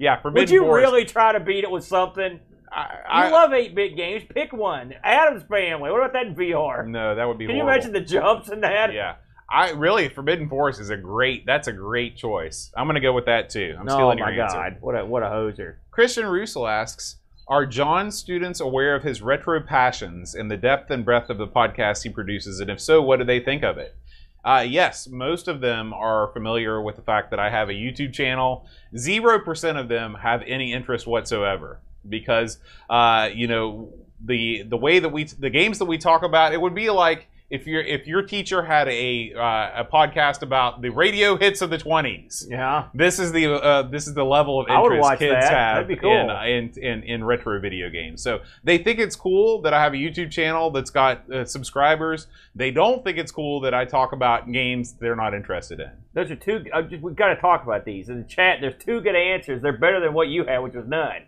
[SPEAKER 1] yeah, forbidden.
[SPEAKER 2] Would you
[SPEAKER 1] Forest.
[SPEAKER 2] really try to beat it with something?
[SPEAKER 1] I,
[SPEAKER 2] You
[SPEAKER 1] I,
[SPEAKER 2] love 8-bit games. Pick one. Adam's Family. What about that in VR?
[SPEAKER 1] no, that would be.
[SPEAKER 2] Can you
[SPEAKER 1] horrible.
[SPEAKER 2] imagine the jumps in that?
[SPEAKER 1] Yeah. I really Forbidden Forest is a great that's a great choice. I'm gonna go with that too. I'm
[SPEAKER 2] oh
[SPEAKER 1] stealing
[SPEAKER 2] my
[SPEAKER 1] your
[SPEAKER 2] God!
[SPEAKER 1] answer.
[SPEAKER 2] What a what a hoser.
[SPEAKER 1] Christian Russell asks, Are John's students aware of his retro passions and the depth and breadth of the podcast he produces? And if so, what do they think of it? Uh, yes, most of them are familiar with the fact that I have a YouTube channel. Zero percent of them have any interest whatsoever because, uh, you know, the the way that we the games that we talk about, it would be like if your if your teacher had a uh, a podcast about the radio hits of the twenties
[SPEAKER 2] Yeah.
[SPEAKER 1] this is the uh, this is the level of
[SPEAKER 2] I would
[SPEAKER 1] interest
[SPEAKER 2] watch
[SPEAKER 1] kids
[SPEAKER 2] that.
[SPEAKER 1] have
[SPEAKER 2] That'd be cool.
[SPEAKER 1] in, in in in retro video games. So they think it's cool that I have a YouTube channel that's got uh, subscribers. They don't think it's cool that I talk about games they're not interested in.
[SPEAKER 2] Those are two. Uh, just, we've got to talk about these in the chat. There's two good answers. They're better than what you had, which was none.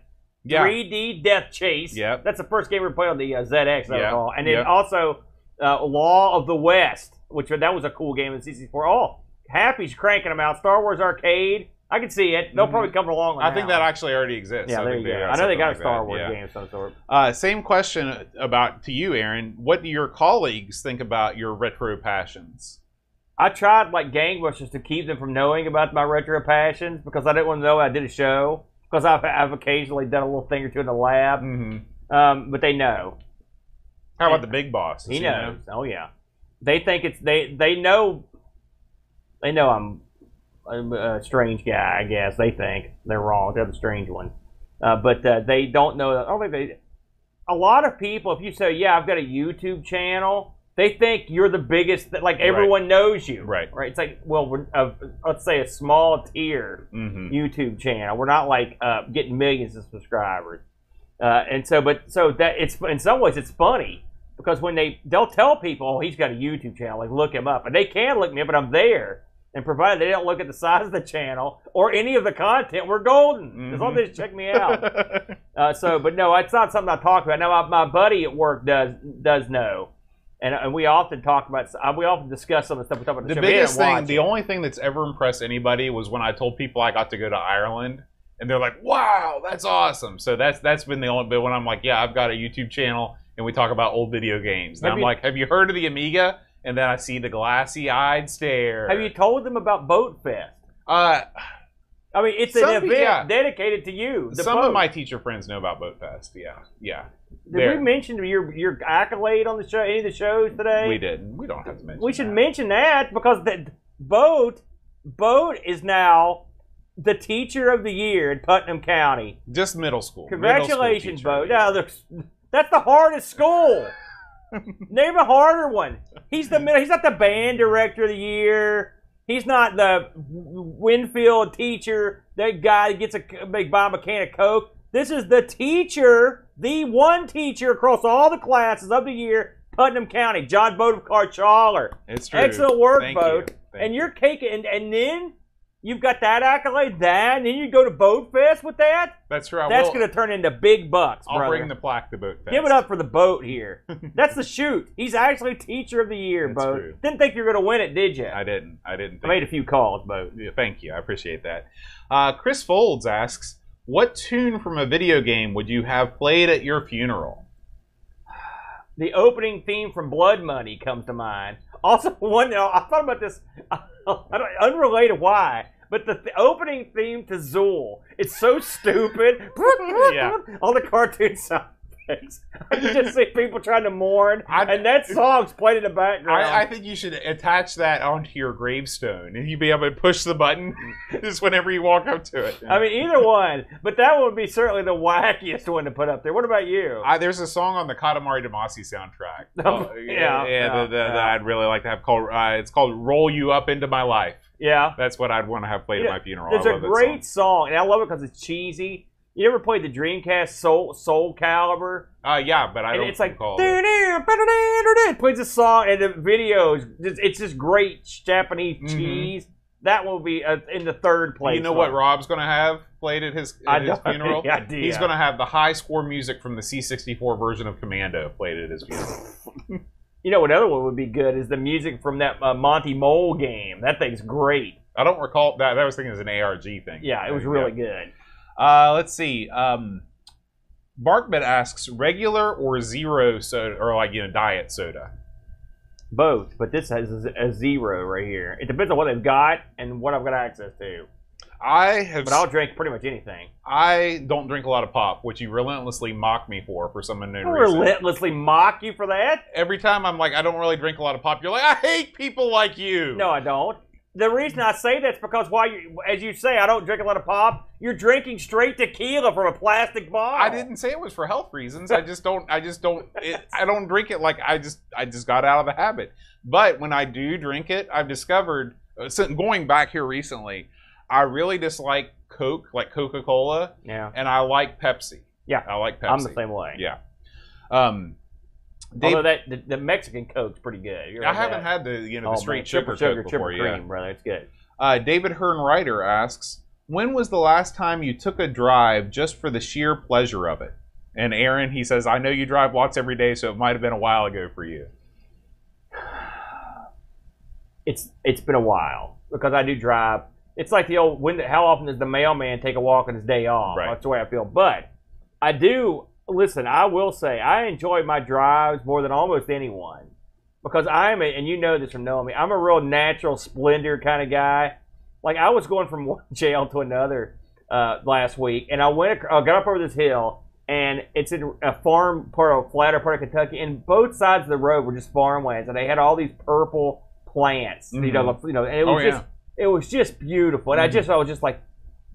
[SPEAKER 1] Yeah,
[SPEAKER 2] 3D Death Chase.
[SPEAKER 1] Yep.
[SPEAKER 2] That's the first game we played on the uh, ZX.
[SPEAKER 1] Yep.
[SPEAKER 2] That was all. And then
[SPEAKER 1] Yep.
[SPEAKER 2] also uh, Law of the West, which that was a cool game in CC4. Oh, Happy's cranking them out. Star Wars Arcade. I can see it. They'll
[SPEAKER 1] Mhm.
[SPEAKER 2] probably come along. With
[SPEAKER 1] I think that
[SPEAKER 2] one.
[SPEAKER 1] actually already exists.
[SPEAKER 2] yeah, there
[SPEAKER 1] think
[SPEAKER 2] you
[SPEAKER 1] they
[SPEAKER 2] go.
[SPEAKER 1] got
[SPEAKER 2] I know they
[SPEAKER 1] something
[SPEAKER 2] got
[SPEAKER 1] like
[SPEAKER 2] a Star
[SPEAKER 1] that,
[SPEAKER 2] Wars
[SPEAKER 1] yeah.
[SPEAKER 2] game of some sort.
[SPEAKER 1] Uh, same question about to you, Aaron. What do your colleagues think about your retro passions?
[SPEAKER 2] I tried like gangbusters to keep them from knowing about my retro passions because I didn't want to know I did a show because I've, I've occasionally done a little thing or two in the lab.
[SPEAKER 1] Mm-hmm.
[SPEAKER 2] Um, but they know.
[SPEAKER 1] How about the big boss?
[SPEAKER 2] He knows. Oh yeah, they think it's they. They know. They know I'm, I'm a strange guy. I guess they think they're wrong. They're the strange one, uh, but uh, they don't know. I don't think they. A lot of people, if you say, "Yeah, I've got a YouTube channel," they think you're the biggest. Like everyone knows you,
[SPEAKER 1] Right.
[SPEAKER 2] Right. It's like, well, we're, uh, let's say a small tier
[SPEAKER 1] hmm
[SPEAKER 2] YouTube channel. We're not like uh, getting millions of subscribers, uh, and so but so that it's in some ways it's funny because when they they'll tell people, oh, he's got a YouTube channel, like look him up, and they can look me up, and I'm there. And provided they don't look at the size of the channel or any of the content, we're golden. As long
[SPEAKER 1] Mm-hmm.
[SPEAKER 2] as they check me out. Uh, so, but no, it's not something I talk about. Now, my, my buddy at work does does know, and, and we often talk about. uh, We often discuss some of the stuff we talk about. on
[SPEAKER 1] the
[SPEAKER 2] show, but he
[SPEAKER 1] biggest
[SPEAKER 2] didn't watch
[SPEAKER 1] thing, the
[SPEAKER 2] it.
[SPEAKER 1] only thing that's ever impressed anybody was when I told people I got to go to Ireland, and they're like, "Wow, that's awesome!" So that's that's been the only. But when I'm like, "Yeah, I've got a YouTube channel, and we talk about old video games," and
[SPEAKER 2] Have
[SPEAKER 1] I'm
[SPEAKER 2] you-
[SPEAKER 1] like, "Have you heard of the Amiga?" And then I see the glassy-eyed stare.
[SPEAKER 2] Have you told them about Boat Fest?
[SPEAKER 1] Uh,
[SPEAKER 2] I mean, it's an
[SPEAKER 1] Some-
[SPEAKER 2] event
[SPEAKER 1] yeah.
[SPEAKER 2] dedicated to you. The
[SPEAKER 1] some
[SPEAKER 2] Pope.
[SPEAKER 1] of my teacher friends know about Boatfest. Yeah, yeah,
[SPEAKER 2] Did
[SPEAKER 1] there.
[SPEAKER 2] we mention your your accolade on the show? Any of the shows today?
[SPEAKER 1] we did. We don't have to mention.
[SPEAKER 2] We should
[SPEAKER 1] that.
[SPEAKER 2] mention that because that boat boat is now the teacher of the year in Putnam County.
[SPEAKER 1] just middle school. Middle school
[SPEAKER 2] Congratulations,
[SPEAKER 1] teacher.
[SPEAKER 2] boat. Now, there's- that's the hardest school. Name a harder one. He's the middle. He's not the band director of the year. He's not the Winfield teacher. That guy that gets a big bomb a can of coke. This is the teacher, the one teacher across all the classes of the year, Putnam County, John Bodemcar Challer.
[SPEAKER 1] It's true.
[SPEAKER 2] Excellent work,
[SPEAKER 1] Thank
[SPEAKER 2] Bode.
[SPEAKER 1] you. Thank
[SPEAKER 2] And
[SPEAKER 1] you.
[SPEAKER 2] you're caking, and, and then you've got that accolade, that, and then you go to Boat Fest with that.
[SPEAKER 1] That's true. I
[SPEAKER 2] That's
[SPEAKER 1] will.
[SPEAKER 2] going to turn into big bucks,
[SPEAKER 1] I'll
[SPEAKER 2] brother.
[SPEAKER 1] bring the plaque to boat.
[SPEAKER 2] Give it
[SPEAKER 1] Fest.
[SPEAKER 2] up for the boat here. That's the shoot. He's actually teacher of the year,
[SPEAKER 1] That's
[SPEAKER 2] boat.
[SPEAKER 1] true.
[SPEAKER 2] Didn't think you were going to win it, did you? I,
[SPEAKER 1] I didn't. I didn't. Think
[SPEAKER 2] made a few calls, boat.
[SPEAKER 1] Yeah, Thank you. I appreciate that. Uh, Chris Folds asks, "What tune from a video game would you have played at your funeral?"
[SPEAKER 2] The opening theme from Blood Money comes to mind. Also, one I thought about this. I don't, unrelated why, but the, the opening theme to Zool. It's so stupid.
[SPEAKER 1] Yeah.
[SPEAKER 2] All the cartoon sound effects. I can just see people trying to mourn,
[SPEAKER 1] I-
[SPEAKER 2] and that song's played in the background.
[SPEAKER 1] I, I think you should attach that onto your gravestone, and you'd be able to push the button just whenever you walk up to it.
[SPEAKER 2] I mean, either one, but that one would be certainly the wackiest one to put up there. What about you?
[SPEAKER 1] I- there's a song on the Katamari Damacy soundtrack.
[SPEAKER 2] Oh, yeah,
[SPEAKER 1] yeah, yeah, the-
[SPEAKER 2] yeah,
[SPEAKER 1] the- the-
[SPEAKER 2] yeah.
[SPEAKER 1] I'd really like to have called. Uh, it's called "Roll You Up Into My Life."
[SPEAKER 2] yeah,
[SPEAKER 1] That's what I'd want to have played
[SPEAKER 2] You know,
[SPEAKER 1] at my funeral.
[SPEAKER 2] it's
[SPEAKER 1] I
[SPEAKER 2] a
[SPEAKER 1] love that
[SPEAKER 2] great
[SPEAKER 1] song.
[SPEAKER 2] song, and I love it because it's cheesy. You ever played the Dreamcast Soul Soul Caliber?
[SPEAKER 1] Uh, yeah, but I
[SPEAKER 2] and
[SPEAKER 1] don't
[SPEAKER 2] it's like
[SPEAKER 1] recall. the-
[SPEAKER 2] it plays a song, and the videos. It's just great Japanese
[SPEAKER 1] Mhm.
[SPEAKER 2] cheese. That will be uh, in the third place.
[SPEAKER 1] you know
[SPEAKER 2] for
[SPEAKER 1] what
[SPEAKER 2] me.
[SPEAKER 1] Rob's gonna have played at his,
[SPEAKER 2] I
[SPEAKER 1] at his
[SPEAKER 2] don't have
[SPEAKER 1] funeral?
[SPEAKER 2] any idea.
[SPEAKER 1] He's gonna have the high score music from the C64 version of Commando played at his funeral.
[SPEAKER 2] You know, another one would be good is the music from that uh, Monty Mole game. That thing's great.
[SPEAKER 1] I don't recall that. That was thinking it was an ARG thing.
[SPEAKER 2] Yeah, it was
[SPEAKER 1] Yeah.
[SPEAKER 2] really good.
[SPEAKER 1] Uh, let's see. Um, Barkman asks regular or zero soda, or like you know diet soda.
[SPEAKER 2] Both, but this has a a zero right here. It depends on what they've got and what I've got access to.
[SPEAKER 1] I have.
[SPEAKER 2] But I'll drink pretty much anything.
[SPEAKER 1] I don't drink a lot of pop, which you relentlessly mock me for for some unknown
[SPEAKER 2] People
[SPEAKER 1] reason.
[SPEAKER 2] relentlessly mock you for that?
[SPEAKER 1] Every time I'm like, I don't really drink a lot of pop. You're like, I hate people like you.
[SPEAKER 2] No, I don't. The reason I say that's because while you, as you say, I don't drink a lot of pop. You're drinking straight tequila from a plastic bottle.
[SPEAKER 1] I didn't say it was for health reasons. I just don't. I just don't. It, I don't drink it like I just. I just got out of the habit. But when I do drink it, I've discovered uh, since going back here recently, I really dislike Coke, like Coca Cola,
[SPEAKER 2] Yeah,
[SPEAKER 1] and I like Pepsi.
[SPEAKER 2] Yeah.
[SPEAKER 1] I like Pepsi.
[SPEAKER 2] I'm the same way.
[SPEAKER 1] Yeah. Um, Dave,
[SPEAKER 2] Although that the, the Mexican Coke's pretty good. You're
[SPEAKER 1] I
[SPEAKER 2] right
[SPEAKER 1] haven't
[SPEAKER 2] there.
[SPEAKER 1] had the you know
[SPEAKER 2] Oh,
[SPEAKER 1] the
[SPEAKER 2] man,
[SPEAKER 1] straight
[SPEAKER 2] triple
[SPEAKER 1] sugar,
[SPEAKER 2] sugar,
[SPEAKER 1] Coke
[SPEAKER 2] triple
[SPEAKER 1] before.
[SPEAKER 2] cream,
[SPEAKER 1] Yeah.
[SPEAKER 2] brother. It's good.
[SPEAKER 1] Uh, David Hearn Ryder asks, when was the last time you took a drive just for the sheer pleasure of it? And Aaron, he says, I know you drive lots every day, so it might have been a while ago for you.
[SPEAKER 2] It's it's been a while because I do drive. It's like the old when. How often does the mailman take a walk on his day off?
[SPEAKER 1] Right.
[SPEAKER 2] That's the way I feel. But I do listen. I will say I enjoy my drives more than almost anyone because I'm a, and you know this from knowing me. I'm a real natural splendor kind of guy. Like I was going from one jail to another uh, last week, and I went. ac- I got up over this hill, and it's in a farm part of flatter part of Kentucky, and both sides of the road were just farmlands, and they had all these purple plants. You know,
[SPEAKER 1] Mhm.
[SPEAKER 2] like- you know, and it
[SPEAKER 1] Oh,
[SPEAKER 2] was just it was just beautiful, and I
[SPEAKER 1] Mhm.
[SPEAKER 2] just I was just like,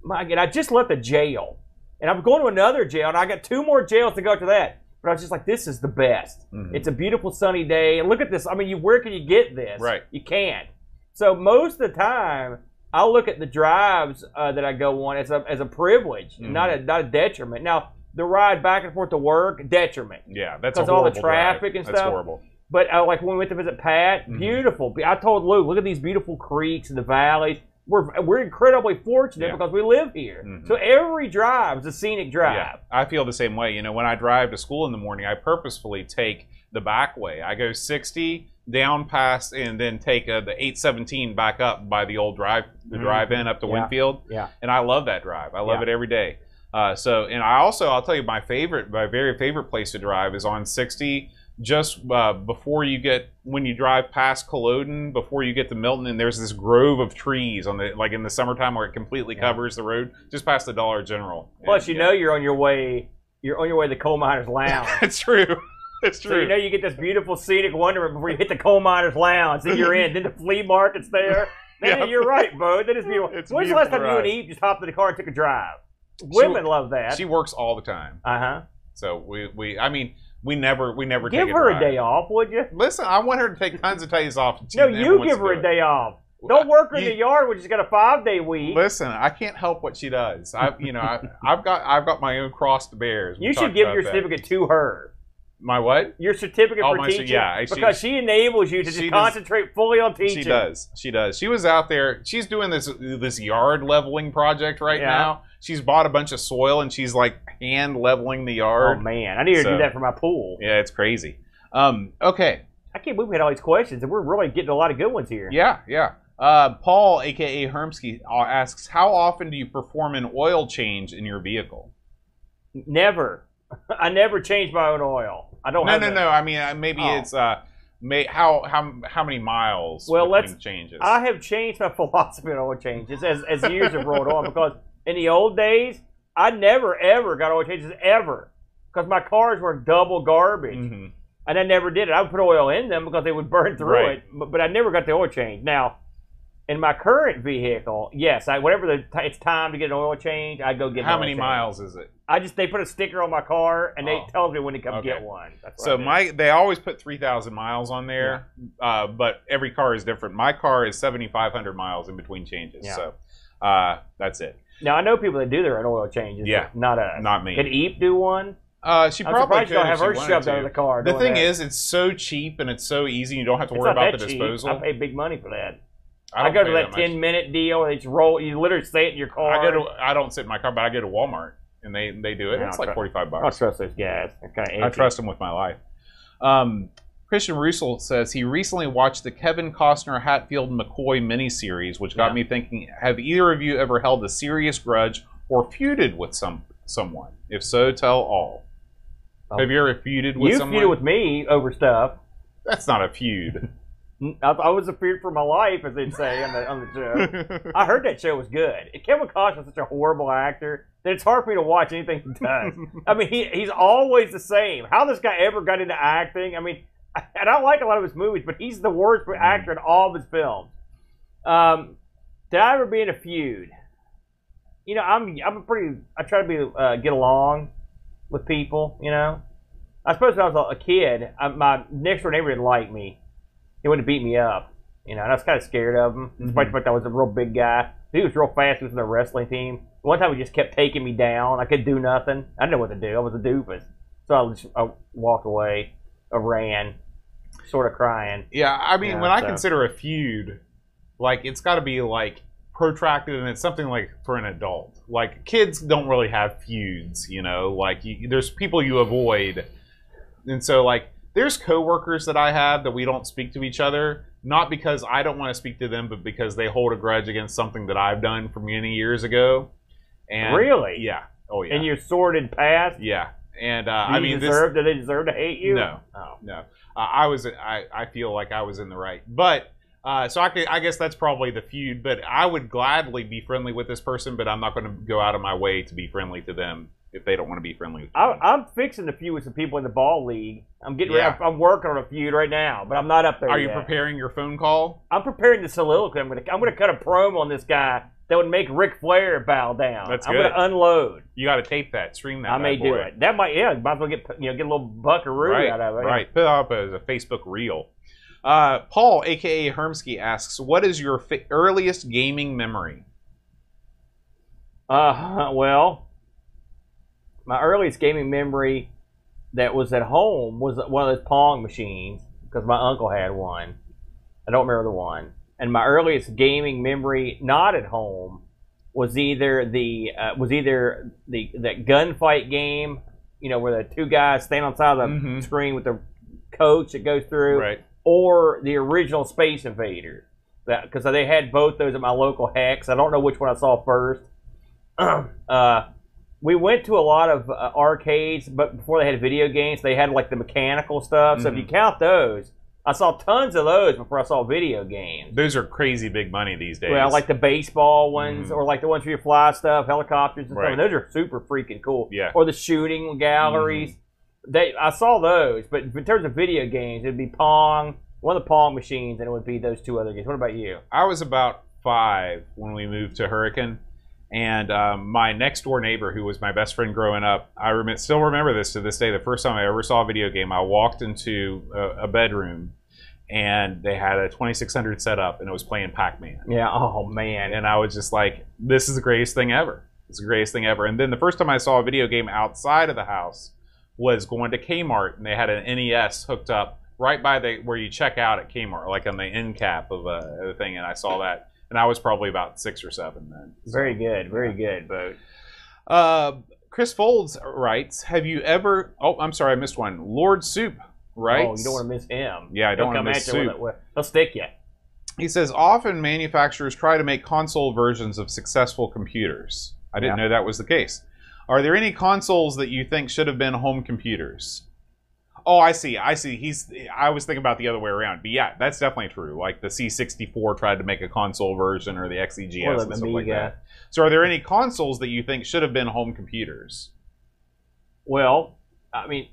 [SPEAKER 2] my God, I just left the jail, and I'm going to another jail, and I got two more jails to go to that. But I was just like, this is the best.
[SPEAKER 1] Mhm.
[SPEAKER 2] It's a beautiful sunny day. And look at this. I mean, you where can you get this?
[SPEAKER 1] Right.
[SPEAKER 2] You can't. So most of the time, I look at the drives uh, that I go on as a as a privilege,
[SPEAKER 1] Mhm.
[SPEAKER 2] not a not a detriment. Now the ride back and forth to work, detriment.
[SPEAKER 1] yeah, that's a
[SPEAKER 2] Because all the
[SPEAKER 1] horrible drive.
[SPEAKER 2] traffic and
[SPEAKER 1] That's
[SPEAKER 2] stuff.
[SPEAKER 1] horrible.
[SPEAKER 2] But uh, like when we went to visit Pat,
[SPEAKER 1] Mhm.
[SPEAKER 2] beautiful. I told Luke, look at these beautiful creeks and the valleys. We're we're incredibly fortunate
[SPEAKER 1] Yeah.
[SPEAKER 2] because we live here.
[SPEAKER 1] Mhm.
[SPEAKER 2] So every drive is a scenic drive.
[SPEAKER 1] I feel the same way. You know, when I drive to school in the morning, I purposefully take the back way. I go 60 down past and then take uh, the 817 back up by the old drive, the
[SPEAKER 2] Mhm.
[SPEAKER 1] drive in up to
[SPEAKER 2] Yeah.
[SPEAKER 1] Winfield.
[SPEAKER 2] Yeah.
[SPEAKER 1] And I love that drive. I love
[SPEAKER 2] Yeah.
[SPEAKER 1] it every day. Uh, so, and I also, I'll tell you, my favorite, my very favorite place to drive is on 60. Just uh, before you get, when you drive past Culloden, before you get to Milton, and there's this grove of trees on the, like in the summertime where it completely
[SPEAKER 2] Yeah.
[SPEAKER 1] covers the road, just past the Dollar General.
[SPEAKER 2] Plus, you
[SPEAKER 1] And-
[SPEAKER 2] know you're on your way. You're on your way to the coal miners' lounge.
[SPEAKER 1] It's true. It's
[SPEAKER 2] So you
[SPEAKER 1] true.
[SPEAKER 2] know you get this beautiful scenic wonderment before you hit the coal miners' lounge. Then you're in. Then the flea market's there. Then
[SPEAKER 1] Yeah.
[SPEAKER 2] you're right, Bo. That is beautiful.
[SPEAKER 1] It's
[SPEAKER 2] When's the last time
[SPEAKER 1] beautiful,
[SPEAKER 2] you and
[SPEAKER 1] right.
[SPEAKER 2] Eve just hopped in the car and took a drive? Women love that.
[SPEAKER 1] she works all the time.
[SPEAKER 2] uh huh.
[SPEAKER 1] So we, we I mean, We never we never
[SPEAKER 2] give
[SPEAKER 1] take
[SPEAKER 2] her a
[SPEAKER 1] ride.
[SPEAKER 2] day off, would you?
[SPEAKER 1] Listen, I want her to take tons of days off. and she
[SPEAKER 2] No,
[SPEAKER 1] never
[SPEAKER 2] you
[SPEAKER 1] wants
[SPEAKER 2] give
[SPEAKER 1] to
[SPEAKER 2] her
[SPEAKER 1] do
[SPEAKER 2] a
[SPEAKER 1] it.
[SPEAKER 2] day off. Don't work her in
[SPEAKER 1] You-
[SPEAKER 2] the yard when she's got a five day week.
[SPEAKER 1] Listen, I can't help what she does. I, you know, I, I've got I've got my own cross to bear. as we
[SPEAKER 2] you
[SPEAKER 1] talked
[SPEAKER 2] should give
[SPEAKER 1] about
[SPEAKER 2] your
[SPEAKER 1] that.
[SPEAKER 2] certificate to her.
[SPEAKER 1] My what?
[SPEAKER 2] Your certificate
[SPEAKER 1] Oh,
[SPEAKER 2] for
[SPEAKER 1] my cer-
[SPEAKER 2] teaching,
[SPEAKER 1] yeah, I- she-
[SPEAKER 2] because she enables you to
[SPEAKER 1] she does-
[SPEAKER 2] just concentrate fully on teaching.
[SPEAKER 1] She does. She does. She was out there. She's doing this this yard leveling project right
[SPEAKER 2] Yeah.
[SPEAKER 1] now. She's bought a bunch of soil and she's like hand leveling the
[SPEAKER 2] Oh
[SPEAKER 1] yard.
[SPEAKER 2] man, I need her to
[SPEAKER 1] So-
[SPEAKER 2] do that for my pool.
[SPEAKER 1] yeah, it's crazy. Um, okay.
[SPEAKER 2] I can't believe we had all these questions, and we're really getting a lot of good ones here.
[SPEAKER 1] Yeah, yeah. Uh, Paul, aka Hermsky, uh, asks, "How often do you perform an oil change in your vehicle?"
[SPEAKER 2] Never, I never change my own oil. I don't.
[SPEAKER 1] No,
[SPEAKER 2] have
[SPEAKER 1] no,
[SPEAKER 2] that.
[SPEAKER 1] no. I mean, uh, maybe
[SPEAKER 2] Oh.
[SPEAKER 1] it's uh, may, how how how many miles?
[SPEAKER 2] Well,
[SPEAKER 1] between
[SPEAKER 2] let's-
[SPEAKER 1] changes.
[SPEAKER 2] I have changed my philosophy on oil changes as, as years have rolled on because in the old days, I never ever got oil changes ever because my cars were double garbage
[SPEAKER 1] Mhm.
[SPEAKER 2] and I never did it. I would put oil in them because they would burn through
[SPEAKER 1] Right.
[SPEAKER 2] it, but, but I never got the oil change. Now, in my current vehicle, yes, I, whenever the t- it's time to get an oil change, I go get. an
[SPEAKER 1] How
[SPEAKER 2] oil
[SPEAKER 1] many
[SPEAKER 2] change.
[SPEAKER 1] miles is it?
[SPEAKER 2] I just they put a sticker on my car and they
[SPEAKER 1] Oh.
[SPEAKER 2] tells me when to come
[SPEAKER 1] Okay.
[SPEAKER 2] get one. That's what I
[SPEAKER 1] So
[SPEAKER 2] do.
[SPEAKER 1] my they always put three thousand miles on there, uh, but every car is different. My car is seventy five hundred miles in between changes,
[SPEAKER 2] Yeah.
[SPEAKER 1] so uh, that's it.
[SPEAKER 2] now I know people that do their own oil changes.
[SPEAKER 1] Yeah.
[SPEAKER 2] but not us.
[SPEAKER 1] Not me.
[SPEAKER 2] Could Eve do one?
[SPEAKER 1] Uh, she
[SPEAKER 2] I'm
[SPEAKER 1] probably
[SPEAKER 2] surprised
[SPEAKER 1] could
[SPEAKER 2] you don't
[SPEAKER 1] if
[SPEAKER 2] have
[SPEAKER 1] she
[SPEAKER 2] her
[SPEAKER 1] wanted
[SPEAKER 2] shoved
[SPEAKER 1] to.
[SPEAKER 2] out of the car.
[SPEAKER 1] The
[SPEAKER 2] doing
[SPEAKER 1] thing
[SPEAKER 2] that.
[SPEAKER 1] is, it's so cheap and it's so easy. You don't have to
[SPEAKER 2] It's
[SPEAKER 1] worry
[SPEAKER 2] not
[SPEAKER 1] about the
[SPEAKER 2] that cheap.
[SPEAKER 1] disposal.
[SPEAKER 2] I pay big money for that.
[SPEAKER 1] I,
[SPEAKER 2] I,
[SPEAKER 1] don't
[SPEAKER 2] go
[SPEAKER 1] pay
[SPEAKER 2] to that,
[SPEAKER 1] much.
[SPEAKER 2] ten minute deal and it's roll. You literally stay in your car.
[SPEAKER 1] I go to. I don't sit in my car, but I go to Walmart and they they do it.
[SPEAKER 2] Yeah,
[SPEAKER 1] it's
[SPEAKER 2] I'll
[SPEAKER 1] like
[SPEAKER 2] try-
[SPEAKER 1] forty five
[SPEAKER 2] I don't
[SPEAKER 1] bucks.
[SPEAKER 2] trust those guys. They're kind of
[SPEAKER 1] I trust them with my life. Um, Christian Russell says he recently watched the Kevin Costner Hatfield McCoy miniseries, which got
[SPEAKER 2] Yeah.
[SPEAKER 1] me thinking: Have either of you ever held a serious grudge or feuded with some someone? If so, tell all.
[SPEAKER 2] Oh.
[SPEAKER 1] Have you ever feuded with
[SPEAKER 2] You
[SPEAKER 1] someone?
[SPEAKER 2] feuded with me over stuff.
[SPEAKER 1] That's not a feud.
[SPEAKER 2] I, I was a feud for my life, as they'd say on the on the show. I heard that show was good. Kevin Costner's such a horrible actor that it's hard for me to watch anything he does. I mean, he, he's always the same. How this guy ever got into acting? I mean, and I like a lot of his movies, but he's the worst actor in all of his films. Um, did I ever be in a feud? You know, I'm I'm a pretty. I try to be uh, get along with people. You know, I suppose when I was a a kid, I, my next door neighbor didn't like me. He wanted to beat me up. You know, and I was kind of scared of him,
[SPEAKER 1] Mm-hmm.
[SPEAKER 2] despite the fact I was a real big guy. He was real fast. He was in the wrestling team. One time, he just kept taking me down. I could do nothing. I didn't know what to do. I was a doofus. So I, just, I walked away. I ran, sort of crying.
[SPEAKER 1] Yeah, I mean,
[SPEAKER 2] Yeah,
[SPEAKER 1] when I
[SPEAKER 2] so-
[SPEAKER 1] consider a feud, like it's got to be like protracted, and it's something like for an adult. Like kids don't really have feuds, you know. Like you, there's people you avoid, and so like there's coworkers that I have that we don't speak to each other, not because I don't want to speak to them, but because they hold a grudge against something that I've done from many years ago. And
[SPEAKER 2] Really?
[SPEAKER 1] Yeah. Oh yeah.
[SPEAKER 2] in your sordid past.
[SPEAKER 1] yeah. And uh,
[SPEAKER 2] Do you
[SPEAKER 1] I mean, this
[SPEAKER 2] deserve, do they deserve to hate you?
[SPEAKER 1] no.
[SPEAKER 2] Oh.
[SPEAKER 1] uh, I was I, I feel like I was in the right, but uh, so I could, I guess that's probably the feud. But I would gladly be friendly with this person, but I'm not going to go out of my way to be friendly to them if they don't want to be friendly. With
[SPEAKER 2] I,
[SPEAKER 1] me.
[SPEAKER 2] I'm fixing to feud with some people in the ball league. I'm getting
[SPEAKER 1] Yeah.
[SPEAKER 2] ready. I'm working on a feud right now, but I'm not up there.
[SPEAKER 1] Are you
[SPEAKER 2] yet.
[SPEAKER 1] preparing your phone call?
[SPEAKER 2] I'm preparing the soliloquy. I'm gonna I'm gonna cut a promo on this guy that would make Ric Flair bow down.
[SPEAKER 1] That's
[SPEAKER 2] I'm
[SPEAKER 1] good.
[SPEAKER 2] gonna unload.
[SPEAKER 1] You got to tape that, stream that.
[SPEAKER 2] I may
[SPEAKER 1] bad
[SPEAKER 2] do
[SPEAKER 1] boy.
[SPEAKER 2] it. That might yeah. Might as well get you know get a little buckaroo
[SPEAKER 1] Right,
[SPEAKER 2] out of it.
[SPEAKER 1] right. Put it up as a Facebook reel. Uh, Paul, aka Hermsky, asks, "What is your fa- earliest gaming memory?"
[SPEAKER 2] Uh, well, my earliest gaming memory that was at home was one of those Pong machines because my uncle had one. I don't remember the one. And my earliest gaming memory not at home was either the uh, was either the that gunfight game, you know, where the two guys stand on side of the
[SPEAKER 1] Mhm.
[SPEAKER 2] screen with the coach that goes through,
[SPEAKER 1] Right.
[SPEAKER 2] or the original Space Invader. Because they had both those at my local hex. I don't know which one I saw first. uh, we went to a lot of uh, arcades, but before they had video games, they had like the mechanical stuff. So if you count those, I saw tons of those before I saw video games.
[SPEAKER 1] Those are crazy big money these days.
[SPEAKER 2] Well, like the baseball ones,
[SPEAKER 1] Mhm.
[SPEAKER 2] or like the ones where you fly stuff, helicopters and
[SPEAKER 1] Right.
[SPEAKER 2] stuff. And those are super freaking cool.
[SPEAKER 1] Yeah. Mm-hmm.
[SPEAKER 2] Or the shooting galleries. They, I saw those, but in terms of video games, it'd be Pong, one of the Pong machines, and it would be those two other games. What about you?
[SPEAKER 1] I was about five when we moved to Hurricane, And um, my next door neighbor, who was my best friend growing up, I rem- still remember this to this day. The first time I ever saw a video game, I walked into a, a bedroom and they had a 2600 set up and it was playing Pac Man.
[SPEAKER 2] Yeah. Oh man.
[SPEAKER 1] And, and I was just like, this is the greatest thing ever. It's the greatest thing ever. And then the first time I saw a video game outside of the house was going to Kmart and they had an NES hooked up right by the where you check out at Kmart, like on the end cap of a, of a thing. And I saw that. And I was probably about six or seven then.
[SPEAKER 2] Very good. Very good. But
[SPEAKER 1] Uh, Chris Folds writes, "Have you ever? Oh, I'm sorry, I missed one. Lord Soup writes.
[SPEAKER 2] oh, you don't want to miss him.
[SPEAKER 1] Yeah, I don't
[SPEAKER 2] He'll
[SPEAKER 1] wanna
[SPEAKER 2] come
[SPEAKER 1] miss
[SPEAKER 2] at you with
[SPEAKER 1] Soup.
[SPEAKER 2] it. with- He'll stick you.
[SPEAKER 1] He says often manufacturers try to make console versions of successful computers. I didn't know that was the case. Are there any consoles that you think should have been home computers? Oh, I see. I see. He's. I was thinking about the other way around. But yeah, that's definitely true. Like the C64 tried to make a console version, or the XEGS
[SPEAKER 2] Or the
[SPEAKER 1] and stuff like
[SPEAKER 2] Amiga.
[SPEAKER 1] that. So, are there any consoles that you think should have been home computers?
[SPEAKER 2] Well, I mean,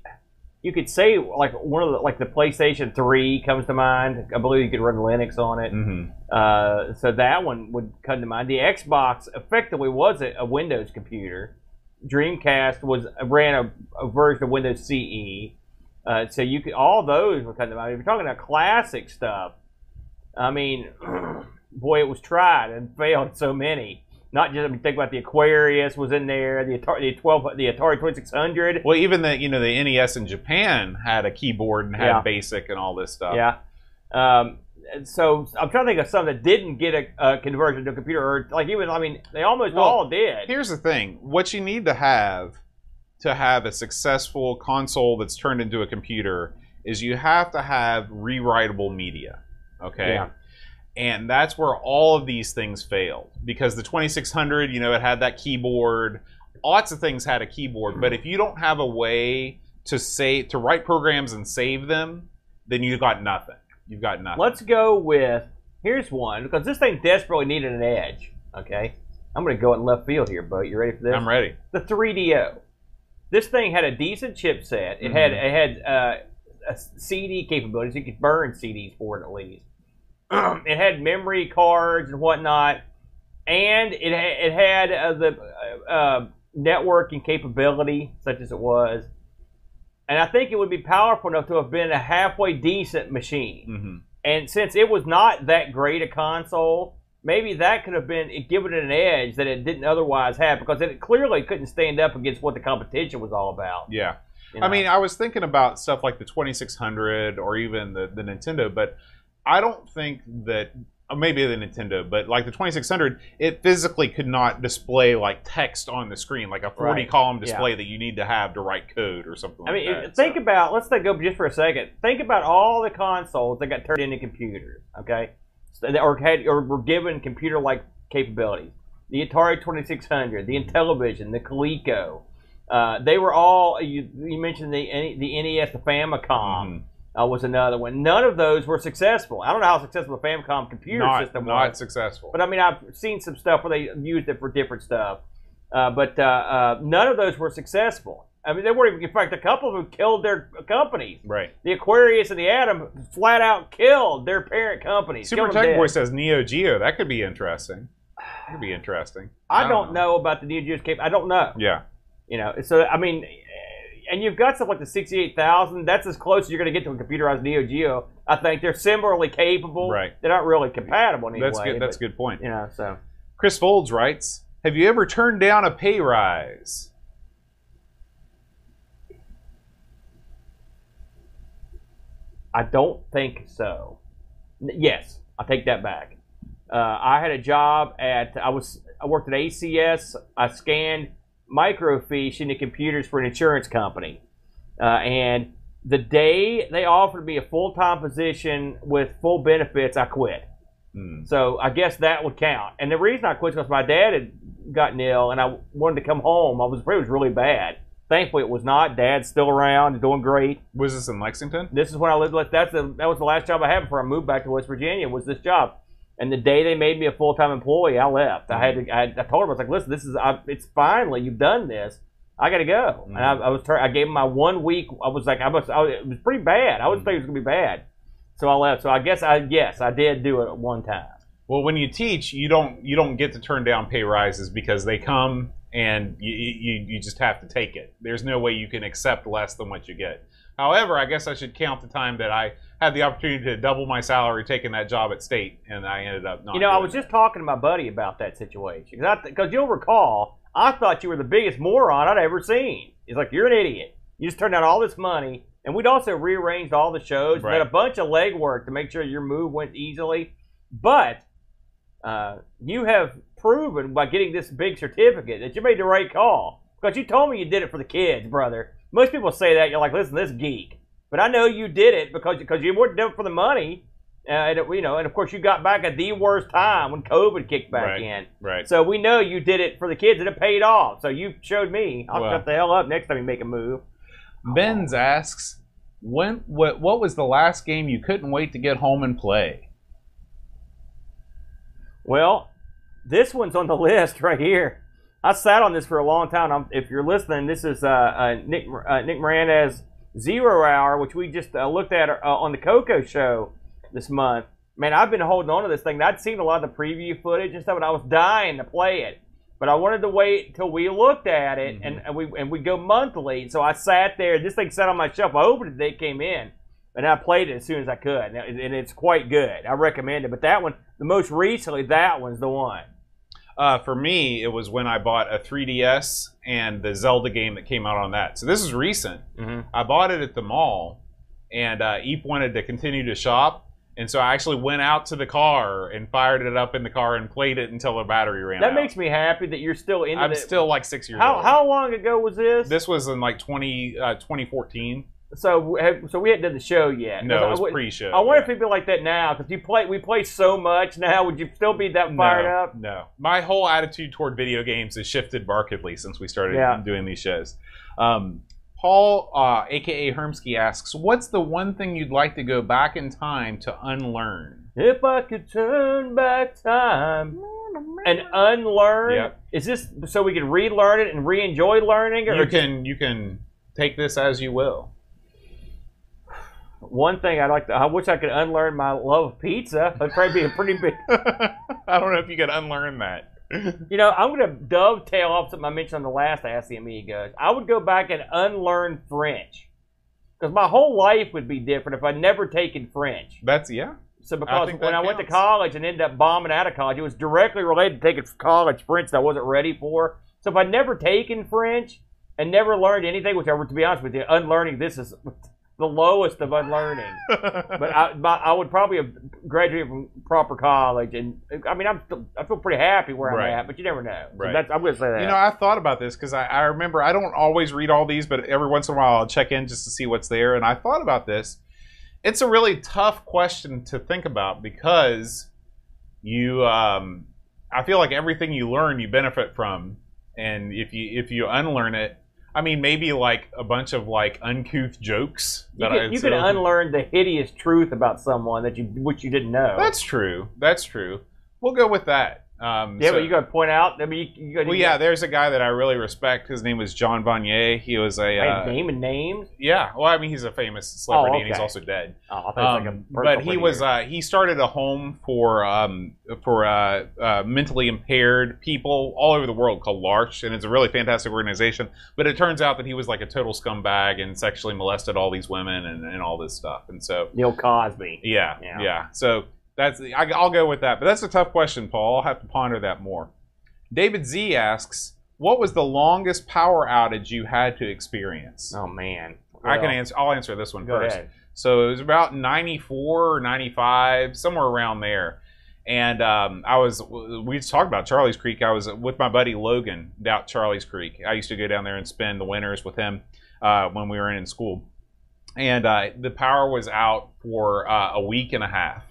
[SPEAKER 2] you could say like one of the like the PlayStation Three comes to mind. I believe you could run Linux on it.
[SPEAKER 1] Mm-hmm.
[SPEAKER 2] Uh, so that one would come to mind. The Xbox effectively was a, a Windows computer. Dreamcast was ran a, a version of Windows CE. Uh, so you could all those would come to mind. If you're talking about classic stuff, I mean, boy, it was tried and failed so many. Not just I mean, think about the Aquarius was in there, the Atari, the twelve, the Atari twenty six hundred.
[SPEAKER 1] Well, even the you know the NES in Japan had a keyboard and had
[SPEAKER 2] Yeah.
[SPEAKER 1] BASIC and all this stuff.
[SPEAKER 2] Yeah. Um, and so I'm trying to think of some that didn't get a, a conversion to a computer, or like even I mean, they almost
[SPEAKER 1] Well,
[SPEAKER 2] all did.
[SPEAKER 1] Here's the thing: what you need to have to have a successful console that's turned into a computer is you have to have rewritable media. Okay.
[SPEAKER 2] Yeah.
[SPEAKER 1] And that's where all of these things failed because the 2600, you know, it had that keyboard. Lots of things had a keyboard, but if you don't have a way to save to write programs and save them, then you've got nothing. You've got nothing.
[SPEAKER 2] Let's go with here's one because this thing desperately needed an edge. Okay, I'm gonna go in left field here, but you ready for this?
[SPEAKER 1] I'm ready.
[SPEAKER 2] The 3DO. This thing had a decent chipset. It had it had uh, a s- CD capabilities. You could burn CDs for it at least. it had memory cards and whatnot, and it ha- it had uh, the uh, uh, networking capability such as it was. And I think it would be powerful enough to have been a halfway decent machine.
[SPEAKER 1] hmm
[SPEAKER 2] And since it was not that great a console, maybe that could have been it given it an edge that it didn't otherwise have because it clearly couldn't stand up against what the competition was all about.
[SPEAKER 1] Yeah.
[SPEAKER 2] you
[SPEAKER 1] I
[SPEAKER 2] know?
[SPEAKER 1] mean, I was thinking about stuff like the 2600 or even the, the Nintendo, but I don't think that uh, maybe the Nintendo, but like the 2600, it physically could not display like text on the screen, like a 40
[SPEAKER 2] Right.
[SPEAKER 1] column
[SPEAKER 2] Yeah.
[SPEAKER 1] display that you need to have to write code or something.
[SPEAKER 2] I mean,
[SPEAKER 1] like
[SPEAKER 2] if-
[SPEAKER 1] that,
[SPEAKER 2] think
[SPEAKER 1] so.
[SPEAKER 2] about let's think up just for a second. Think about all the consoles that got turned into computers, okay, So that- or had or were given computer-like capabilities. The Atari 2600, the Intellivision, the Coleco. Uh, they were all you, you mentioned the N- the NES, the Famicom.
[SPEAKER 1] Mhm.
[SPEAKER 2] uh, was another one. None of those were successful. I don't know how successful the Famicom computer
[SPEAKER 1] not,
[SPEAKER 2] system
[SPEAKER 1] not
[SPEAKER 2] was,
[SPEAKER 1] successful.
[SPEAKER 2] but I mean, I've seen some stuff where they used it for different stuff. Uh, but uh, uh, none of those were successful. I mean, they weren't even. In fact, a couple of them killed their companies.
[SPEAKER 1] right.
[SPEAKER 2] The Aquarius and the Atom flat out killed their parent companies.
[SPEAKER 1] Super
[SPEAKER 2] Killed them
[SPEAKER 1] Tech
[SPEAKER 2] dead.
[SPEAKER 1] Boy says Neo Geo. That could be interesting. That could be interesting.
[SPEAKER 2] I don't, know. about the New Jewish Cape. I don't know.
[SPEAKER 1] Yeah.
[SPEAKER 2] You know, so I mean, and you've got stuff like the sixty-eight thousand. That's as close as you're going to get to a computerized Neo Geo. I think they're similarly capable.
[SPEAKER 1] Right.
[SPEAKER 2] They're not really compatible in any
[SPEAKER 1] That's
[SPEAKER 2] way.
[SPEAKER 1] good. That's a good point.
[SPEAKER 2] You know, so
[SPEAKER 1] Chris Folds writes Have you ever turned down a pay rise?
[SPEAKER 2] I don't think so. N- Yes, I take that back. Uh, I had a job at I was I worked at ACS. I scanned microfiche into computers for an insurance company, uh, and the day they offered me a full time position with full benefits, I quit.
[SPEAKER 1] Hmm.
[SPEAKER 2] So I guess that would count. And the reason I quit was 'cause my dad had gotten ill, and I wanted to come home. I was it was really bad. Thankfully, it was not. Dad's still around, doing great.
[SPEAKER 1] Was this in Lexington?
[SPEAKER 2] This is when I lived. Like, that's the that was the last job I had before I moved back to West Virginia. Was this job? And the day they made me a full time employee, I left. I had to. I, I told them I was like, listen, this is. I, it's finally you've done this. I got to go. And I, I was. tur- I gave them my one week. I was like, I must. I, was- it was pretty bad. I was not think it was gonna be bad. So I left. So I guess I yes I did do it at one time.
[SPEAKER 1] Well, when you teach, you don't you don't get to turn down pay rises because they come and you, you, you just have to take it. There's no way you can accept less than what you get. However, I guess I should count the time that I had the opportunity to double my salary taking that job at state, and I ended up not.
[SPEAKER 2] You know, I
[SPEAKER 1] doing
[SPEAKER 2] was
[SPEAKER 1] it.
[SPEAKER 2] just talking to my buddy about that situation because because you'll recall I thought you were the biggest moron I'd ever seen. He's like, you're an idiot. You just turned out all this money, and we'd also rearranged all the shows, and
[SPEAKER 1] Right.
[SPEAKER 2] did a bunch of legwork to make sure your move went easily. But uh, you have proven by getting this big certificate that you made the right call because you told me you did it for the kids, brother. Most people say that you're like, listen, this geek, but I know you did it because because you weren't doing it for the money. Uh, and it- you know, and of course, you got back at the worst time when COVID kicked back
[SPEAKER 1] Right.
[SPEAKER 2] in.
[SPEAKER 1] right.
[SPEAKER 2] So we know you did it for the kids, and it paid off. So you showed me. I'll
[SPEAKER 1] Well.
[SPEAKER 2] shut the hell up next time you make a move.
[SPEAKER 1] Benz asks, when what what was the last game you couldn't wait to get home and play?
[SPEAKER 2] Well, this one's on the list right here. I sat on this for a long time. I'm, if you're listening, this is uh, uh, Nick uh, Nick Miranda's Zero Hour, which we just uh, looked at uh, on the Coco Show this month. Man, I've been holding on to this thing. I'd seen a lot of the preview footage and stuff, and I was dying to play it. But I wanted to wait till we looked at it, and, and we and we go monthly. So I sat there. This thing sat on my shelf. I opened it. They came in. and I played it as soon as I could, and, it- and it's quite good. I recommend it. But that one, the most recently, that one's the one.
[SPEAKER 1] Uh, for me, it was when I bought a 3DS and the Zelda game that came out on that. So this is recent.
[SPEAKER 2] Mm-hmm.
[SPEAKER 1] I bought it at the mall, and uh, Eep wanted to continue to shop, and so I actually went out to the car and fired it up in the car and played it until the battery ran
[SPEAKER 2] That
[SPEAKER 1] out.
[SPEAKER 2] makes me happy that you're still into
[SPEAKER 1] I'm
[SPEAKER 2] it.
[SPEAKER 1] still like six years
[SPEAKER 2] How
[SPEAKER 1] old.
[SPEAKER 2] how long ago was this?
[SPEAKER 1] This was in like 20, uh, 2014.
[SPEAKER 2] So have, so we hadn't done the show yet.
[SPEAKER 1] No, it
[SPEAKER 2] I,
[SPEAKER 1] was pre-show.
[SPEAKER 2] I wonder
[SPEAKER 1] yeah.
[SPEAKER 2] if people like that now because you play we play so much now. Would you still be that fired
[SPEAKER 1] no,
[SPEAKER 2] up?
[SPEAKER 1] No. My whole attitude toward video games has shifted markedly since we started
[SPEAKER 2] Yeah.
[SPEAKER 1] doing these shows. Um, Paul, uh, aka Hermsky, asks, "What's the one thing you'd like to go back in time to unlearn?"
[SPEAKER 2] If I could turn back time and unlearn,
[SPEAKER 1] Yep.
[SPEAKER 2] is this so we can relearn it and re-enjoy learning? Or
[SPEAKER 1] You can you can take this as you will.
[SPEAKER 2] One thing I'd like to, I wish I could unlearn my love of pizza. That'd probably be a pretty big,
[SPEAKER 1] I don't know if you could unlearn that.
[SPEAKER 2] you know, I'm going to dovetail off something I mentioned on the last E Ask the Amigos. I would go back and unlearn French because my whole life would be different if I'd never taken French.
[SPEAKER 1] That's yeah.
[SPEAKER 2] So because
[SPEAKER 1] think
[SPEAKER 2] when
[SPEAKER 1] that
[SPEAKER 2] I went to
[SPEAKER 1] counts.
[SPEAKER 2] college and ended up bombing out of college, it was directly related to taking college French that I wasn't ready for. So if I'd never taken French and never learned anything, which I, to be honest with you, unlearning this is the lowest of unlearning. but uh, I, my, I would probably have graduated from proper college, and I mean, I'm still, I feel pretty happy where
[SPEAKER 1] Right.
[SPEAKER 2] I'm at, but you never know. So
[SPEAKER 1] Right.
[SPEAKER 2] that's, I'm gonna say that.
[SPEAKER 1] You know, I thought about this because I, I remember I don't always read all these, but every once in a while I'll check in just to see what's there. And I thought about this. It's a really tough question to think about because you, um, I feel like everything you learn you benefit from, and if you if you unlearn it, I mean maybe like a bunch of like uncouth jokes
[SPEAKER 2] you
[SPEAKER 1] that I
[SPEAKER 2] can, you can
[SPEAKER 1] so-
[SPEAKER 2] unlearn the hideous truth about someone that you which you didn't know.
[SPEAKER 1] That's true. That's true. We'll go with that. Um,
[SPEAKER 2] yeah,
[SPEAKER 1] so-
[SPEAKER 2] but you gotta point out. I mean, you, you gotta.
[SPEAKER 1] well, yeah. There's a guy that I really respect. His name was John Vanier. He was a
[SPEAKER 2] Hey,
[SPEAKER 1] uh,
[SPEAKER 2] naming names.
[SPEAKER 1] Yeah, well, I mean, he's a famous celebrity, and he's
[SPEAKER 2] Oh, okay.
[SPEAKER 1] also dead.
[SPEAKER 2] Oh, I thought it was like a
[SPEAKER 1] Um,
[SPEAKER 2] personal
[SPEAKER 1] but he
[SPEAKER 2] pretty
[SPEAKER 1] was
[SPEAKER 2] name.
[SPEAKER 1] uh, he started a home for um, for uh, uh, mentally impaired people all over the world called Larch, and it's a really fantastic organization. But it turns out that he was like a total scumbag and sexually molested all these women and, and all this stuff. And so,
[SPEAKER 2] Neil Cosby.
[SPEAKER 1] yeah,
[SPEAKER 2] Yeah.
[SPEAKER 1] yeah. So that's I, I'll go with that. But that's a tough question, Paul. I'll have to ponder that more. David Z asks, "What was the longest power outage you had to experience?"
[SPEAKER 2] Oh man,
[SPEAKER 1] I can
[SPEAKER 2] Well,
[SPEAKER 1] answer. I'll answer this one
[SPEAKER 2] Go
[SPEAKER 1] first.
[SPEAKER 2] ahead.
[SPEAKER 1] So it was about 94 or 95, somewhere around there. And um, I was, we just talked about Charlie's Creek. I was with my buddy Logan down at Charlie's Creek. I used to go down there and spend the winters with him uh, when we were in, in school. And uh, the power was out for uh, a week and a half.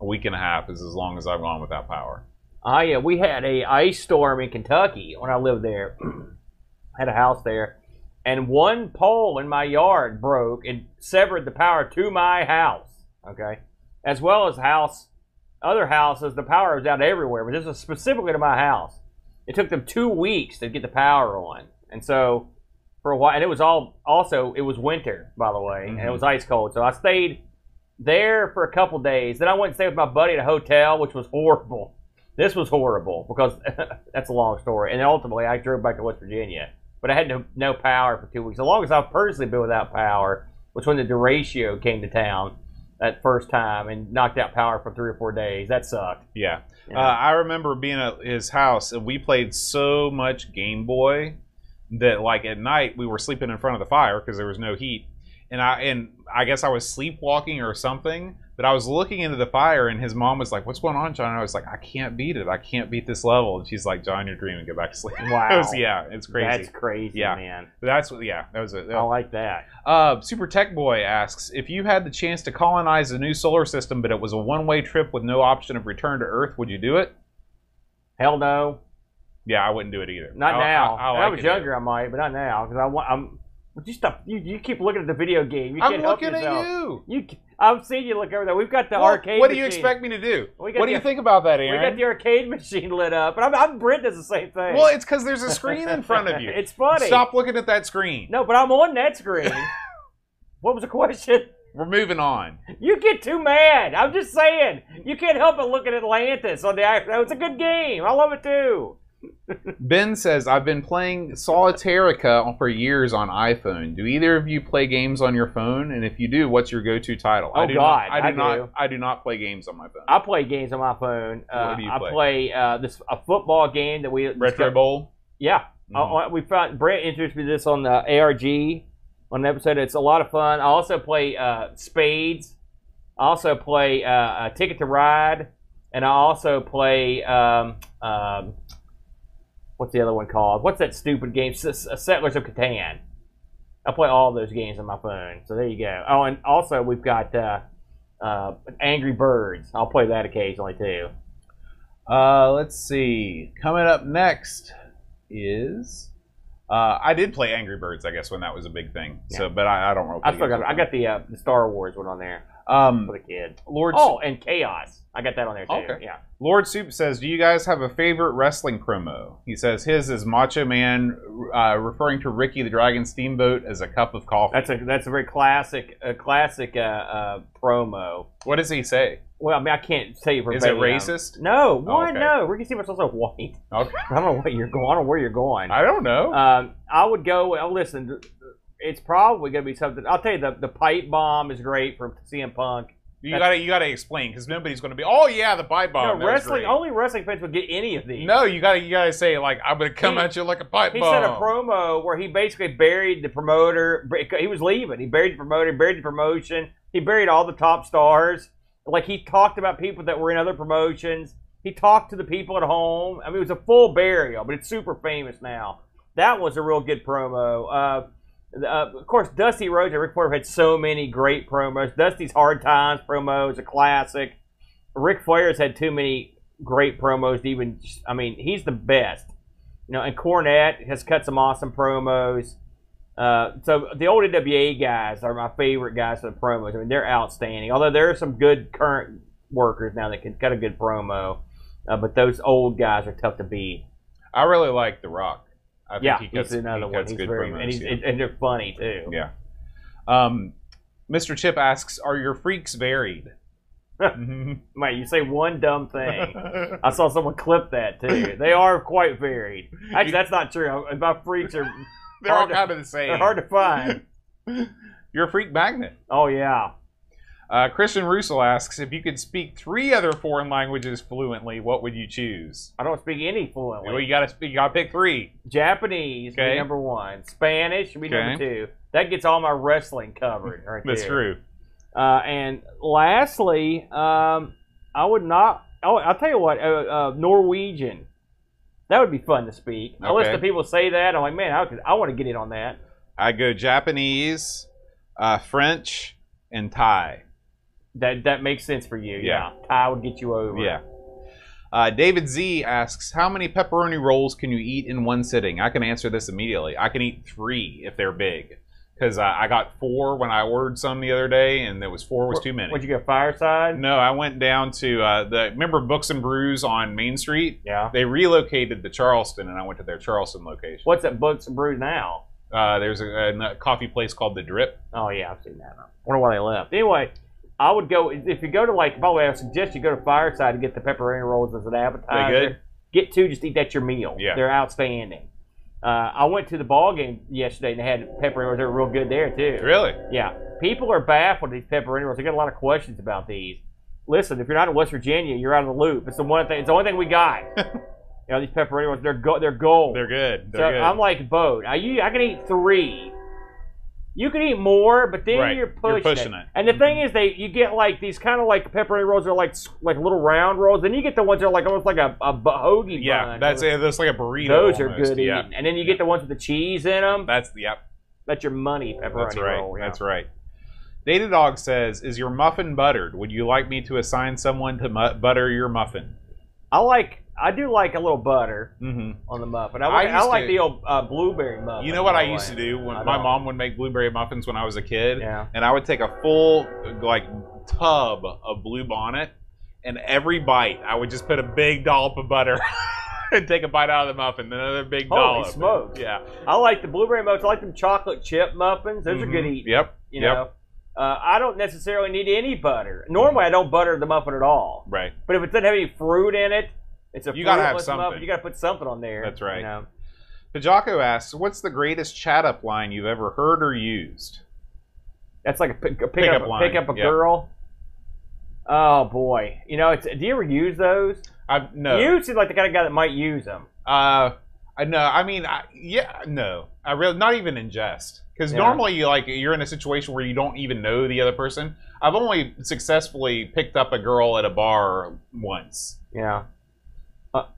[SPEAKER 1] A week and a half is as long as I've gone without power.
[SPEAKER 2] I uh, we had a ice storm in Kentucky when I lived there. had a house there, and one pole in my yard broke and severed the power to my house. Okay, as well as house, other houses, the power was out everywhere, but this was specifically to my house. It took them two weeks to get the power on, and so for a while, and it was all also it was winter by the way, and it
[SPEAKER 1] Mhm.
[SPEAKER 2] was ice cold. So I stayed there for a couple days. Then I went and stayed with my buddy at a hotel, which was horrible. This was horrible because that's a long story. And then ultimately, I drove back to West Virginia, but I had no, no power for two weeks. The longest I've personally been without power was when the Duratio came to town that first time and knocked out power for three or four days. That sucked.
[SPEAKER 1] Yeah.
[SPEAKER 2] you
[SPEAKER 1] Uh,
[SPEAKER 2] know.
[SPEAKER 1] I remember being at his house and we played so much Game Boy that like at night we were sleeping in front of the fire because there was no heat. And I and I guess I was sleepwalking or something, but I was looking into the fire and his mom was like, "What's going on, John?" And I was like, "I can't beat it. I can't beat this level." And she's like, "John, you're dreaming. Go back to sleep." It
[SPEAKER 2] wow.
[SPEAKER 1] was- yeah, it's crazy.
[SPEAKER 2] That's crazy,
[SPEAKER 1] Yeah.
[SPEAKER 2] man.
[SPEAKER 1] That's what. Yeah, that was it.
[SPEAKER 2] I like that.
[SPEAKER 1] Uh, Super Tech Boy asks if you had the chance to colonize a new solar system, but it was a one-way trip with no option of return to Earth, would you do it?
[SPEAKER 2] Hell no.
[SPEAKER 1] Yeah, I wouldn't do it either.
[SPEAKER 2] Not
[SPEAKER 1] Oh, I-
[SPEAKER 2] now.
[SPEAKER 1] I, I
[SPEAKER 2] When I,
[SPEAKER 1] like
[SPEAKER 2] was
[SPEAKER 1] it, though.
[SPEAKER 2] younger, I might, but not now because I want. I'm but you stop. You, you keep looking at the video game. You
[SPEAKER 1] I'm
[SPEAKER 2] can't
[SPEAKER 1] looking
[SPEAKER 2] help
[SPEAKER 1] at
[SPEAKER 2] yourself.
[SPEAKER 1] you.
[SPEAKER 2] you. c- I've seen you look over there. We've got the
[SPEAKER 1] Well,
[SPEAKER 2] arcade.
[SPEAKER 1] what do you
[SPEAKER 2] machine.
[SPEAKER 1] expect me to do?
[SPEAKER 2] We
[SPEAKER 1] What
[SPEAKER 2] got
[SPEAKER 1] do
[SPEAKER 2] the-
[SPEAKER 1] you think about that,
[SPEAKER 2] We
[SPEAKER 1] Aaron?
[SPEAKER 2] got the arcade machine lit up, and I'm, I'm Brent does the same thing.
[SPEAKER 1] well, it's because there's a screen in front of you.
[SPEAKER 2] it's funny.
[SPEAKER 1] Stop looking at that screen.
[SPEAKER 2] No, but I'm on that screen. what was the question?
[SPEAKER 1] We're moving on.
[SPEAKER 2] You get too mad. I'm just saying. You can't help but look at Atlantis on the iPhone. It's a good game. I love it too.
[SPEAKER 1] Ben says, I've been playing Solitarica for years on iPhone. Do either of you play games on your phone? And if you do, what's your go-to title?
[SPEAKER 2] Oh,
[SPEAKER 1] I do
[SPEAKER 2] God,
[SPEAKER 1] Not, I do
[SPEAKER 2] I
[SPEAKER 1] not.
[SPEAKER 2] do.
[SPEAKER 1] I do not play games on my phone.
[SPEAKER 2] I play games on my phone. Uh,
[SPEAKER 1] What do you
[SPEAKER 2] I
[SPEAKER 1] play?
[SPEAKER 2] play uh, this a football game that we
[SPEAKER 1] Retro Bowl.
[SPEAKER 2] Yeah,
[SPEAKER 1] Mhm.
[SPEAKER 2] Uh, we found Brett introduced me to this on uh, the ARG on an episode. It's a lot of fun. I also play uh, Spades. I also play uh, uh, Ticket to Ride, and I also play um, um, what's the other one called? What's that stupid game? S- S- Settlers of Catan. I play all those games on my phone. So there you go. Oh, and also we've got uh, uh, Angry Birds. I'll play that occasionally too.
[SPEAKER 1] Uh, let's see. Coming up next is. Uh, I did play Angry Birds, I guess, when that was a big thing. So, but I, I don't know.
[SPEAKER 2] I still got I got the uh, the Star Wars one on there
[SPEAKER 1] Um,
[SPEAKER 2] for the kid.
[SPEAKER 1] Lord
[SPEAKER 2] Oh, and Chaos. I got that on there too.
[SPEAKER 1] Okay.
[SPEAKER 2] Yeah.
[SPEAKER 1] Lord Soup says, "Do you guys have a favorite wrestling promo?" He says his is Macho Man, uh, referring to Ricky the Dragon Steamboat as a cup of coffee.
[SPEAKER 2] That's a that's a very classic a classic uh, uh, promo.
[SPEAKER 1] what does he say?
[SPEAKER 2] Well, I mean, I can't say for um,
[SPEAKER 1] Is it racist? Oh,
[SPEAKER 2] No, what?
[SPEAKER 1] okay.
[SPEAKER 2] No, Ricky Steamboat's also white.
[SPEAKER 1] Okay.
[SPEAKER 2] I don't know what you're going. I don't know where you're going.
[SPEAKER 1] I don't know.
[SPEAKER 2] Um, I would go. Oh, listen, it's probably going to be something. I'll tell you, the the pipe bomb is great from CM Punk.
[SPEAKER 1] you got to you got to explain because nobody's going to be. Oh yeah, the pipe bomb. that
[SPEAKER 2] no,
[SPEAKER 1] was
[SPEAKER 2] wrestling
[SPEAKER 1] great."
[SPEAKER 2] only wrestling fans would get any of these.
[SPEAKER 1] No, you got to you got to say like I'm going to come
[SPEAKER 2] He-
[SPEAKER 1] at you like a pipe
[SPEAKER 2] He
[SPEAKER 1] bomb.
[SPEAKER 2] sent a promo where he basically buried the promoter. He was leaving. He buried the promoter, buried the promotion. He buried all the top stars. Like he talked about people that were in other promotions. He talked to the people at home. I mean, it was a full burial, but it's super famous now. That was a real good promo. Uh, uh, of course, Dusty Rhodes and Ric Flair have had so many great promos. Dusty's Hard Times promo is a classic. Ric Flair's had too many great promos to even. I mean, he's the best. You know, and Cornette has cut some awesome promos. Uh, so the old NWA guys are my favorite guys for the promos. I mean, they're outstanding. Although there are some good current workers now that can cut a good promo, uh, but those old guys are tough to beat.
[SPEAKER 1] I really like The Rock. I think
[SPEAKER 2] yeah,
[SPEAKER 1] he cuts,
[SPEAKER 2] he's another
[SPEAKER 1] he
[SPEAKER 2] one.
[SPEAKER 1] cuts
[SPEAKER 2] He's
[SPEAKER 1] good
[SPEAKER 2] very
[SPEAKER 1] promos.
[SPEAKER 2] and, he's,
[SPEAKER 1] yeah.
[SPEAKER 2] and- and they're funny too.
[SPEAKER 1] Yeah. um, Mr. Chip asks, "Are your freaks varied?" Mhm.
[SPEAKER 2] Mate, you say one dumb thing. I saw someone clip that too. They are quite varied. Actually, that's not true. I- My freaks are
[SPEAKER 1] They're all
[SPEAKER 2] Hard to-
[SPEAKER 1] kind of the same.
[SPEAKER 2] they're hard to find.
[SPEAKER 1] You're a freak magnet.
[SPEAKER 2] Oh yeah.
[SPEAKER 1] Uh, Christian Russell asks if you could speak three other foreign languages fluently, what would you choose?
[SPEAKER 2] I don't speak any fluently.
[SPEAKER 1] Well, you gotta speak. You gotta pick three.
[SPEAKER 2] Japanese would
[SPEAKER 1] Okay.
[SPEAKER 2] be number one. Spanish would be number
[SPEAKER 1] Okay.
[SPEAKER 2] two. That gets all my wrestling covered right
[SPEAKER 1] That's
[SPEAKER 2] there.
[SPEAKER 1] true.
[SPEAKER 2] Uh, and lastly, um, I would not. Oh, I'll tell you what. Uh, uh, Norwegian. That would be fun to speak. I listen
[SPEAKER 1] Okay.
[SPEAKER 2] to people say that. I'm like, man, I, could, I want to get in on that.
[SPEAKER 1] I go Japanese, uh, French, and Thai.
[SPEAKER 2] That that makes sense for you.
[SPEAKER 1] Yeah.
[SPEAKER 2] Yeah, Thai would get you over.
[SPEAKER 1] Yeah. Uh, David Z asks, "How many pepperoni rolls can you eat in one sitting?" I can answer this immediately. I can eat three if they're big, because I, I got four when I ordered some the other day, and it was four was too many.
[SPEAKER 2] Would you go fireside?
[SPEAKER 1] No, I went down to uh, the remember Books and Brews on Main Street.
[SPEAKER 2] Yeah.
[SPEAKER 1] They relocated to Charleston, and I went to their Charleston location.
[SPEAKER 2] What's at Books and Brews now?
[SPEAKER 1] Uh, there's a, a coffee place called The Drip.
[SPEAKER 2] Oh yeah, I've seen that. I wonder why they left. Anyway, I would go if you go to like. By the way, I suggest you go to Fireside and get the pepperoni rolls as an appetizer.
[SPEAKER 1] good?
[SPEAKER 2] Get two, just eat that your meal.
[SPEAKER 1] Yeah.
[SPEAKER 2] they're outstanding. Uh, I went to the ball game yesterday and they had pepperoni rolls. They were real good there too.
[SPEAKER 1] Really?
[SPEAKER 2] Yeah, people are baffled at these pepperoni rolls. I got a lot of questions about these. Listen, if you're not in West Virginia, you're out of the loop. It's the one thing. It's the only thing we got. you know these pepperoni rolls. They're go- they're gold.
[SPEAKER 1] They're good.
[SPEAKER 2] so
[SPEAKER 1] They're good.
[SPEAKER 2] I'm like Bode. I you I can eat three. You can eat more, but then
[SPEAKER 1] Right.
[SPEAKER 2] you're pushing,
[SPEAKER 1] You're pushing it.
[SPEAKER 2] And the thing is, they you get like these kind of like pepperoni rolls are like s- like little round rolls. Then you get the ones that are like almost like a, a b- hoagie.
[SPEAKER 1] yeah,
[SPEAKER 2] bun.
[SPEAKER 1] that's it. That's like a burrito.
[SPEAKER 2] Those are
[SPEAKER 1] almost.
[SPEAKER 2] good
[SPEAKER 1] Yeah.
[SPEAKER 2] eating. And then you get the ones with the cheese in them.
[SPEAKER 1] That's yep.
[SPEAKER 2] That's your money pepperoni
[SPEAKER 1] That's right.
[SPEAKER 2] roll. yeah.
[SPEAKER 1] That's right. Datadog says, "Is your muffin buttered? Would you like me to assign someone to mu- butter your muffin?"
[SPEAKER 2] I like. I do like a little butter
[SPEAKER 1] hmm
[SPEAKER 2] on the muffin. I,
[SPEAKER 1] I
[SPEAKER 2] like- I
[SPEAKER 1] used
[SPEAKER 2] like
[SPEAKER 1] to-
[SPEAKER 2] the old uh, blueberry muffin.
[SPEAKER 1] You know what I
[SPEAKER 2] by the
[SPEAKER 1] used to
[SPEAKER 2] way.
[SPEAKER 1] do when
[SPEAKER 2] I
[SPEAKER 1] my
[SPEAKER 2] don't.
[SPEAKER 1] mom would make blueberry muffins when I was a kid,
[SPEAKER 2] Yeah.
[SPEAKER 1] and I would take a full like tub of Blue Bonnet, and every bite I would just put a big dollop of butter and take a bite out of the muffin, then another big
[SPEAKER 2] Holy
[SPEAKER 1] dollop.
[SPEAKER 2] smokes.
[SPEAKER 1] Yeah.
[SPEAKER 2] I like the blueberry muffins. I like them chocolate chip muffins. Those
[SPEAKER 1] Mhm.
[SPEAKER 2] are good eating.
[SPEAKER 1] Yep.
[SPEAKER 2] You
[SPEAKER 1] yep.
[SPEAKER 2] know. Uh, I don't necessarily need any butter. Normally, I don't butter the muffin at all.
[SPEAKER 1] Right.
[SPEAKER 2] But if it doesn't have any fruit in it, it's a
[SPEAKER 1] You gotta have
[SPEAKER 2] fruitless
[SPEAKER 1] something.
[SPEAKER 2] Muffin. You got to put something on there.
[SPEAKER 1] That's right.
[SPEAKER 2] You know?
[SPEAKER 1] Pajako asks, "What's the greatest chat up line you've ever heard or used?"
[SPEAKER 2] That's like a pick, a pick,
[SPEAKER 1] Pickup
[SPEAKER 2] up,
[SPEAKER 1] line,
[SPEAKER 2] pick up a
[SPEAKER 1] yeah.
[SPEAKER 2] girl. Oh boy, you know, it's, do you ever use those?
[SPEAKER 1] I've no.
[SPEAKER 2] You seem like the kind of guy that might use them.
[SPEAKER 1] Uh, I no, I mean, I, yeah, no, I really not even in jest because
[SPEAKER 2] Yeah.
[SPEAKER 1] normally you like you're in a situation where you don't even know the other person. I've only successfully picked up a girl at a bar once.
[SPEAKER 2] Yeah.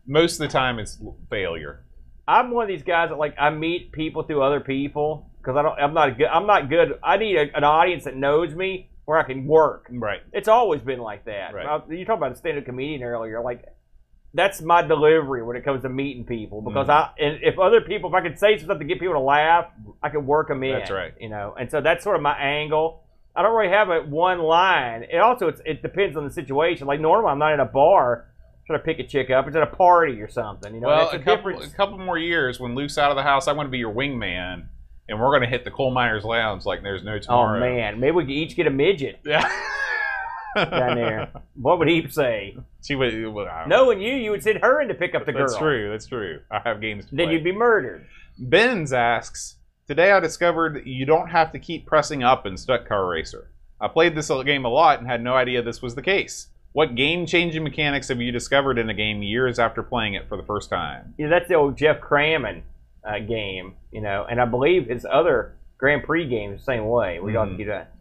[SPEAKER 1] Most of the time, it's l- failure.
[SPEAKER 2] I'm one of these guys that like I meet people through other people because I don't. I'm not a good. I'm not good. I need a, an audience that knows me where I can work.
[SPEAKER 1] Right.
[SPEAKER 2] It's always been like that.
[SPEAKER 1] Right.
[SPEAKER 2] I- you talked about a stand-up comedian earlier. Like that's my delivery when it comes to meeting people because
[SPEAKER 1] Mhm.
[SPEAKER 2] I and if other people if I can say something to get people to laugh, I can work them in.
[SPEAKER 1] That's right.
[SPEAKER 2] You know, and so that's sort of my angle. I don't really have a one line. It also it's, it depends on the situation. Like normally I'm not in a bar trying to pick a chick up. It's at a party or something. You know,
[SPEAKER 1] well,
[SPEAKER 2] that's
[SPEAKER 1] a,
[SPEAKER 2] a
[SPEAKER 1] couple
[SPEAKER 2] difference.
[SPEAKER 1] a couple more years when Luke's out of the house, I'm going to be your wingman, and we're going to hit the coal miners' lounge like there's no
[SPEAKER 2] Oh
[SPEAKER 1] tomorrow.
[SPEAKER 2] man, maybe we could each get a midget
[SPEAKER 1] Yeah.
[SPEAKER 2] down there. what would he say?
[SPEAKER 1] She would. Well, I don't know.
[SPEAKER 2] Knowing you, you would send her in to pick up the girl.
[SPEAKER 1] That's true. That's true. I have games. To
[SPEAKER 2] Then
[SPEAKER 1] play.
[SPEAKER 2] you'd be murdered.
[SPEAKER 1] Benz asks, Today I discovered you don't have to keep pressing up in Stuck Car Racer. I played this game a lot and had no idea this was the case. What game changing mechanics have you discovered in a game years after playing it for the first time?
[SPEAKER 2] You know, that's the old Jeff Crammon uh, game, you know, and I believe his other Grand Prix games the same way. We ought to
[SPEAKER 1] Mhm.
[SPEAKER 2] do that.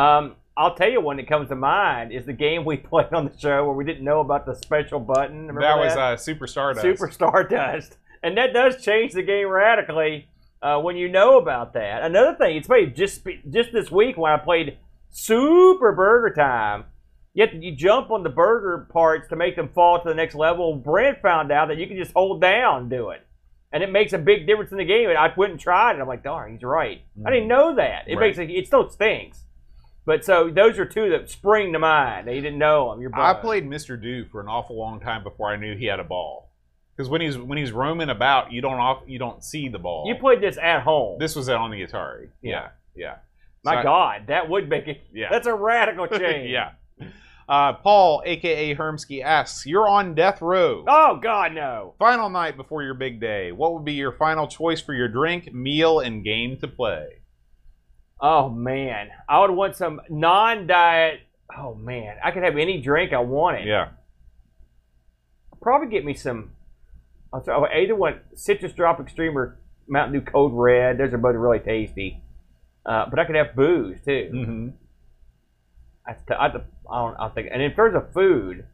[SPEAKER 2] Um, I'll tell you one that comes to mind is the game we played on the show where we didn't know about the special button. Remember
[SPEAKER 1] that was uh, Super Stardust.
[SPEAKER 2] Super Stardust. And that does change the game radically uh, when you know about that. Another thing, it's funny, just just this week when I played Super Burger Time, you, have to, you jump on the burger parts to make them fall to the next level. Brent found out that you can just hold down and do it. And it makes a big difference in the game. And I went and tried it. I'm like, darn, he's right. I didn't know that. It
[SPEAKER 1] Mm-hmm. Right.
[SPEAKER 2] makes a, it still stings. But so those are two that spring to mind that you didn't know them. You're
[SPEAKER 1] I
[SPEAKER 2] buzzed.
[SPEAKER 1] played Mr. Do for an awful long time before I knew he had a ball. Because when he's when he's roaming about, you don't off, you don't see the ball.
[SPEAKER 2] You played this at home.
[SPEAKER 1] this was on the Atari. Yeah, yeah.
[SPEAKER 2] My
[SPEAKER 1] So I-
[SPEAKER 2] God, that would make it.
[SPEAKER 1] Yeah.
[SPEAKER 2] That's a radical change.
[SPEAKER 1] yeah. Uh, Paul, aka Hermsky, asks, "You're on death row.
[SPEAKER 2] Oh God, no.
[SPEAKER 1] Final night before your big day. What would be your final choice for your drink, meal, and game to play?
[SPEAKER 2] Oh man, I would want some non-diet. Oh man, I could have any drink I wanted.
[SPEAKER 1] Yeah,
[SPEAKER 2] Probably get me some. I'll try, I either want citrus drop extreme or Mountain Dew Code Red. Those are both really tasty. Uh, but I could have booze too.
[SPEAKER 1] mm-hmm.
[SPEAKER 2] That's t- I, I don't. I think. And in terms of food,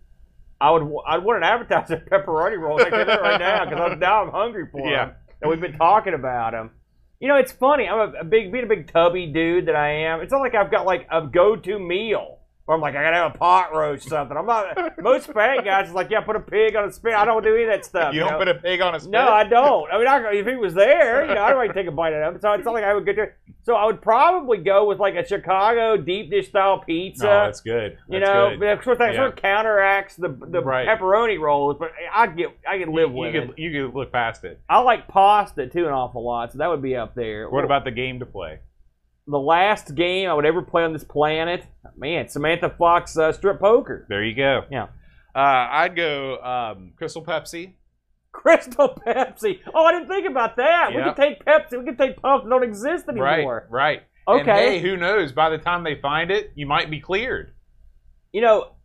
[SPEAKER 2] I would. wa- I'd want an appetizer of pepperoni rolls like they're doing right now because now I'm hungry for
[SPEAKER 1] Yeah.
[SPEAKER 2] them. And we've been talking about them. You know, it's funny. I'm a, a big being a big tubby dude that I am. It's not like I've got like a go-to meal. Or I'm like, I gotta have a pot roast or something. I'm not most fat guys is like, yeah, put a pig on a spit. I don't do any of that stuff.
[SPEAKER 1] you don't
[SPEAKER 2] know?
[SPEAKER 1] put a pig on a spit.
[SPEAKER 2] No, I don't. I mean, I, if he was there, you know, I'd already take a bite of him. So it's not like I would get there. So I would probably go with like a Chicago deep dish style pizza.
[SPEAKER 1] No, that's good.
[SPEAKER 2] uh, You
[SPEAKER 1] That's
[SPEAKER 2] know,
[SPEAKER 1] good.
[SPEAKER 2] but of course that
[SPEAKER 1] Yeah.
[SPEAKER 2] sort of counteracts the the
[SPEAKER 1] Right.
[SPEAKER 2] pepperoni rolls, but I get I can live
[SPEAKER 1] you
[SPEAKER 2] with
[SPEAKER 1] could
[SPEAKER 2] it.
[SPEAKER 1] you could look past it.
[SPEAKER 2] I like pasta too an awful lot, so that would be up there.
[SPEAKER 1] What about the game to play?
[SPEAKER 2] the last game I would ever play on this planet? man, Samantha Fox uh, strip poker.
[SPEAKER 1] There you go.
[SPEAKER 2] Yeah.
[SPEAKER 1] Uh, I'd go um, Crystal Pepsi.
[SPEAKER 2] Crystal Pepsi. Oh, I didn't think about that. We
[SPEAKER 1] Yeah.
[SPEAKER 2] can take Pepsi. We can take pumps that don't exist
[SPEAKER 1] Right.
[SPEAKER 2] anymore.
[SPEAKER 1] Right. And
[SPEAKER 2] Okay.
[SPEAKER 1] hey, who knows? By the time they find it, you might be cleared.
[SPEAKER 2] you know,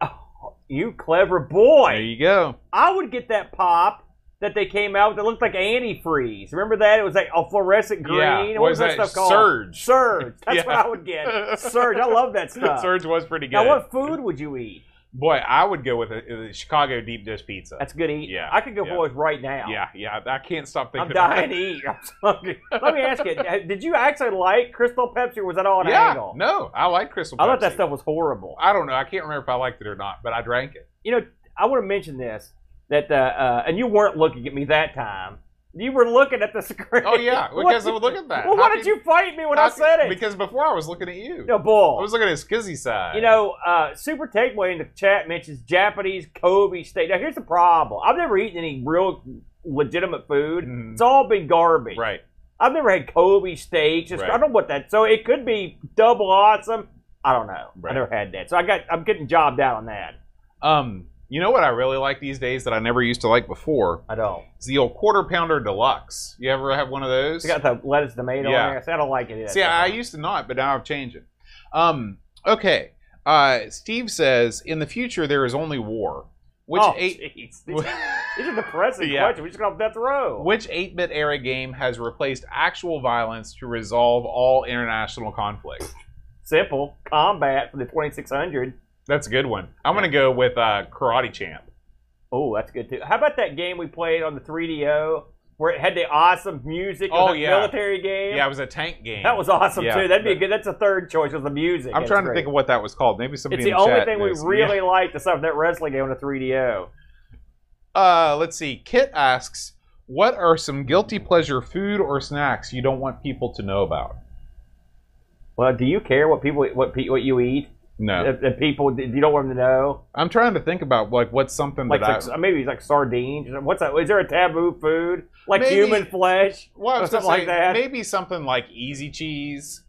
[SPEAKER 2] you clever boy.
[SPEAKER 1] There you go.
[SPEAKER 2] I would get that pop that they came out with that looked like antifreeze. Remember that? It was like a fluorescent green.
[SPEAKER 1] Yeah.
[SPEAKER 2] What,
[SPEAKER 1] What is
[SPEAKER 2] was that,
[SPEAKER 1] that?
[SPEAKER 2] stuff called?
[SPEAKER 1] Surge.
[SPEAKER 2] Surge. That's
[SPEAKER 1] Yeah.
[SPEAKER 2] what I would get. Surge. I love that stuff.
[SPEAKER 1] Surge was pretty good.
[SPEAKER 2] Now, what food would you eat?
[SPEAKER 1] Boy, I would go with a, a Chicago deep dish pizza.
[SPEAKER 2] That's good eating.
[SPEAKER 1] Yeah,
[SPEAKER 2] I could go
[SPEAKER 1] yeah.
[SPEAKER 2] for it right now.
[SPEAKER 1] yeah, yeah. I can't stop
[SPEAKER 2] I'm
[SPEAKER 1] thinking. about
[SPEAKER 2] dying to eat. I'm so hungry. Let me ask you: Did you actually like Crystal Pepsi, or was that all
[SPEAKER 1] it.
[SPEAKER 2] an
[SPEAKER 1] Yeah.
[SPEAKER 2] angle?
[SPEAKER 1] No, I like Crystal.
[SPEAKER 2] I thought that
[SPEAKER 1] Pepsi.
[SPEAKER 2] stuff was horrible.
[SPEAKER 1] I don't know. I can't remember if I liked it or not, but I drank it.
[SPEAKER 2] you know, I want to mention this that uh, uh, and you weren't looking at me that time. You were looking at the screen.
[SPEAKER 1] Oh yeah,
[SPEAKER 2] What-
[SPEAKER 1] because I would look at that.
[SPEAKER 2] Well,
[SPEAKER 1] How
[SPEAKER 2] why
[SPEAKER 1] can-
[SPEAKER 2] did you fight me when
[SPEAKER 1] how
[SPEAKER 2] I said
[SPEAKER 1] can-
[SPEAKER 2] it?
[SPEAKER 1] Because before I was looking at you.
[SPEAKER 2] no bull.
[SPEAKER 1] I was looking at his skizzy side.
[SPEAKER 2] you know, uh, Super Takeaway in the chat mentions Japanese Kobe steak. Now, here's the problem: I've never eaten any real legitimate food.
[SPEAKER 1] Mhm.
[SPEAKER 2] It's all been garbage.
[SPEAKER 1] right.
[SPEAKER 2] I've never had Kobe steaks. It's- I
[SPEAKER 1] Right.
[SPEAKER 2] don't know what that. So it could be double awesome. I don't know.
[SPEAKER 1] Right.
[SPEAKER 2] I never had that. So I got. I'm getting jobbed out on that.
[SPEAKER 1] Um, you know what I really like these days that I never used to like before
[SPEAKER 2] I don't.
[SPEAKER 1] is the old quarter pounder deluxe. You ever have one of those?
[SPEAKER 2] It's got the lettuce, tomato.
[SPEAKER 1] Yeah.
[SPEAKER 2] On there. So I don't like it.
[SPEAKER 1] See, I used to not, but now I've changed it. Um, okay. Uh, Steve says in the future there is only war. Which
[SPEAKER 2] oh,
[SPEAKER 1] eight?
[SPEAKER 2] jeez. These these are depressing
[SPEAKER 1] Yeah.
[SPEAKER 2] questions. We just got off death row.
[SPEAKER 1] Which 8 bit era game has replaced actual violence to resolve all international conflict?
[SPEAKER 2] Simple combat for the 2600.
[SPEAKER 1] That's a good one. I'm going to go with uh, Karate Champ.
[SPEAKER 2] Oh, that's good too. How about that game we played on the 3DO where it had the awesome music? It was
[SPEAKER 1] Oh,
[SPEAKER 2] a
[SPEAKER 1] yeah.
[SPEAKER 2] military game.
[SPEAKER 1] Yeah, it was a tank game.
[SPEAKER 2] That was awesome
[SPEAKER 1] Yeah.
[SPEAKER 2] too. That'd be a good. That's a third choice. Was the music.
[SPEAKER 1] I'm trying to think of what that was called. Maybe somebody
[SPEAKER 2] It's
[SPEAKER 1] in
[SPEAKER 2] the
[SPEAKER 1] the
[SPEAKER 2] only
[SPEAKER 1] chat
[SPEAKER 2] thing we
[SPEAKER 1] knows.
[SPEAKER 2] really liked aside from that wrestling game on the 3DO.
[SPEAKER 1] Uh, let's see. Kit asks, "What are some guilty pleasure food or snacks you don't want people to know about?"
[SPEAKER 2] Well, do you care what people what pe- what you eat?
[SPEAKER 1] No,
[SPEAKER 2] If, if people if you don't want them to know,
[SPEAKER 1] I'm trying to think about like what's something
[SPEAKER 2] like,
[SPEAKER 1] that I.
[SPEAKER 2] like uh, maybe it's like sardines. What's that? Is there a taboo food like
[SPEAKER 1] Maybe-
[SPEAKER 2] human flesh?
[SPEAKER 1] well, I was gonna
[SPEAKER 2] something like
[SPEAKER 1] say,
[SPEAKER 2] that.
[SPEAKER 1] Maybe something like easy cheese,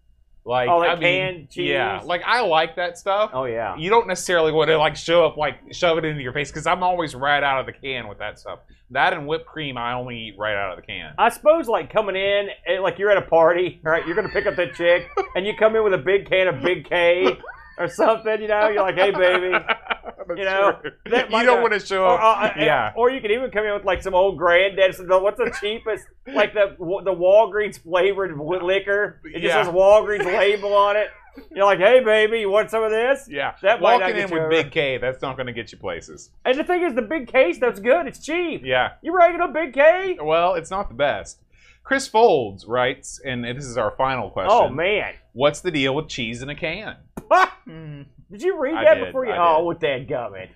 [SPEAKER 1] like
[SPEAKER 2] Oh, like
[SPEAKER 1] I mean,
[SPEAKER 2] canned cheese?
[SPEAKER 1] Yeah, like I like that stuff.
[SPEAKER 2] Oh yeah.
[SPEAKER 1] You don't necessarily want to like show up like shove it into your face because I'm always right out of the can with that stuff. That and whipped cream, I only eat right out of the can.
[SPEAKER 2] I suppose like coming in, eh, like you're at a party, right? You're gonna pick up that chick, and you come in with a big can of Big K or something. You know, you're like, hey baby. you know, that
[SPEAKER 1] you
[SPEAKER 2] might
[SPEAKER 1] don't
[SPEAKER 2] not-
[SPEAKER 1] want to show
[SPEAKER 2] Or,
[SPEAKER 1] up.
[SPEAKER 2] uh, eh,
[SPEAKER 1] yeah.
[SPEAKER 2] or you could even come in with like some old granddad. some- What's the cheapest? Like the the Walgreens flavored w- liquor. It just
[SPEAKER 1] Yeah.
[SPEAKER 2] says Walgreens label on it. You're like, hey baby, you want some of this?
[SPEAKER 1] Yeah,
[SPEAKER 2] That might not
[SPEAKER 1] walking
[SPEAKER 2] get
[SPEAKER 1] in
[SPEAKER 2] you
[SPEAKER 1] with
[SPEAKER 2] over.
[SPEAKER 1] Big K, that's not going to get you places.
[SPEAKER 2] And the thing is, the big case that's good. It's cheap.
[SPEAKER 1] Yeah,
[SPEAKER 2] You're ragging on Big K.
[SPEAKER 1] well, it's not the best. Chris Folds writes, and this is our final question.
[SPEAKER 2] Oh man,
[SPEAKER 1] what's the deal with cheese in a can?
[SPEAKER 2] did you read
[SPEAKER 1] Hmm. I
[SPEAKER 2] that
[SPEAKER 1] did,
[SPEAKER 2] before you?
[SPEAKER 1] I
[SPEAKER 2] Oh,
[SPEAKER 1] did.
[SPEAKER 2] with that gummit.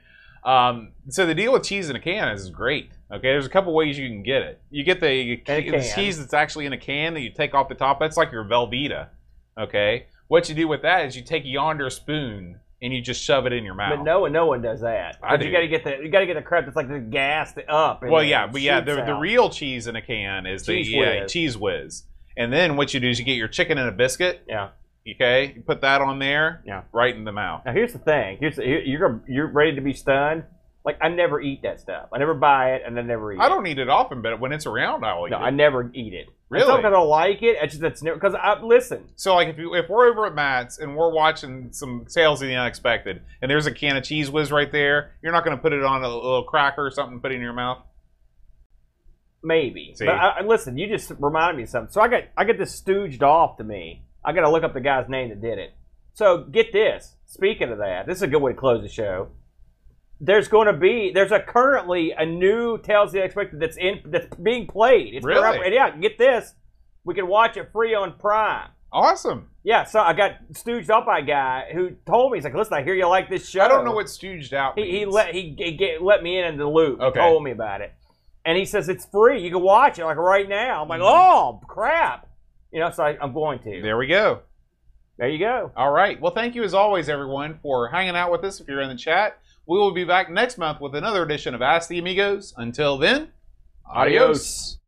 [SPEAKER 1] Um, so the deal with cheese in a can is great. Okay, there's a couple ways you can get it. You get the,
[SPEAKER 2] In a
[SPEAKER 1] the
[SPEAKER 2] can.
[SPEAKER 1] cheese that's actually in a can that you take off the top. That's like your Velveeta. Okay, what you do with that is you take yonder spoon and you just shove it in your mouth.
[SPEAKER 2] But no one, no one does that.
[SPEAKER 1] I
[SPEAKER 2] But you
[SPEAKER 1] do.
[SPEAKER 2] got to get the you got to get the crap that's like the gas the up. and
[SPEAKER 1] Well,
[SPEAKER 2] then
[SPEAKER 1] yeah,
[SPEAKER 2] it
[SPEAKER 1] but yeah,
[SPEAKER 2] shoots
[SPEAKER 1] the, the
[SPEAKER 2] out.
[SPEAKER 1] real cheese in a can is
[SPEAKER 2] Cheese
[SPEAKER 1] the yeah,
[SPEAKER 2] whiz.
[SPEAKER 1] cheese whiz. And then what you do is you get your chicken and a biscuit.
[SPEAKER 2] Yeah.
[SPEAKER 1] Okay, you put that on there.
[SPEAKER 2] Yeah.
[SPEAKER 1] Right in the mouth.
[SPEAKER 2] Now here's the thing. Here's the, here- you're gonna, you're ready to be stunned. Like I never eat that stuff. I never buy it, and I never eat.
[SPEAKER 1] I don't eat it often, but when it's around, I'll
[SPEAKER 2] It.
[SPEAKER 1] eat
[SPEAKER 2] No,
[SPEAKER 1] it.
[SPEAKER 2] I never eat it. It's
[SPEAKER 1] really.
[SPEAKER 2] not because I don't like it. It's just that's never because I listen.
[SPEAKER 1] So like if you if we're over at Matt's and we're watching some Tales of the Unexpected and there's a can of cheese whiz right there, you're not going to put it on a little cracker or something, put it in your mouth.
[SPEAKER 2] Maybe.
[SPEAKER 1] See?
[SPEAKER 2] But I, I- listen, you just reminded me of something. So I got I got this stooged off to me. I got to look up the guy's name that did it. So get this. Speaking of that, this is a good way to close the show. There's going to be there's a currently a new Tales of the Unexpected that's in that's being played. It's
[SPEAKER 1] Really?
[SPEAKER 2] and yeah, get this. We can watch it free on Prime.
[SPEAKER 1] Awesome.
[SPEAKER 2] Yeah, so I got stooged up by a guy who told me he's like, "Listen, I hear you like this show."
[SPEAKER 1] I don't know what stooged out.
[SPEAKER 2] He, he
[SPEAKER 1] means.
[SPEAKER 2] let he, he get, let me in in the loop.
[SPEAKER 1] Okay.
[SPEAKER 2] He told me about it, and he says it's free. You can watch it like right now. I'm like, oh crap, you know. So I, I'm going to. There,
[SPEAKER 1] There we go.
[SPEAKER 2] you go.
[SPEAKER 1] All right. Well, thank you as always, everyone, for hanging out with us. If you're in the chat, we will be back next month with another edition of Ask the Amigos. Until then, adios.
[SPEAKER 2] Adios.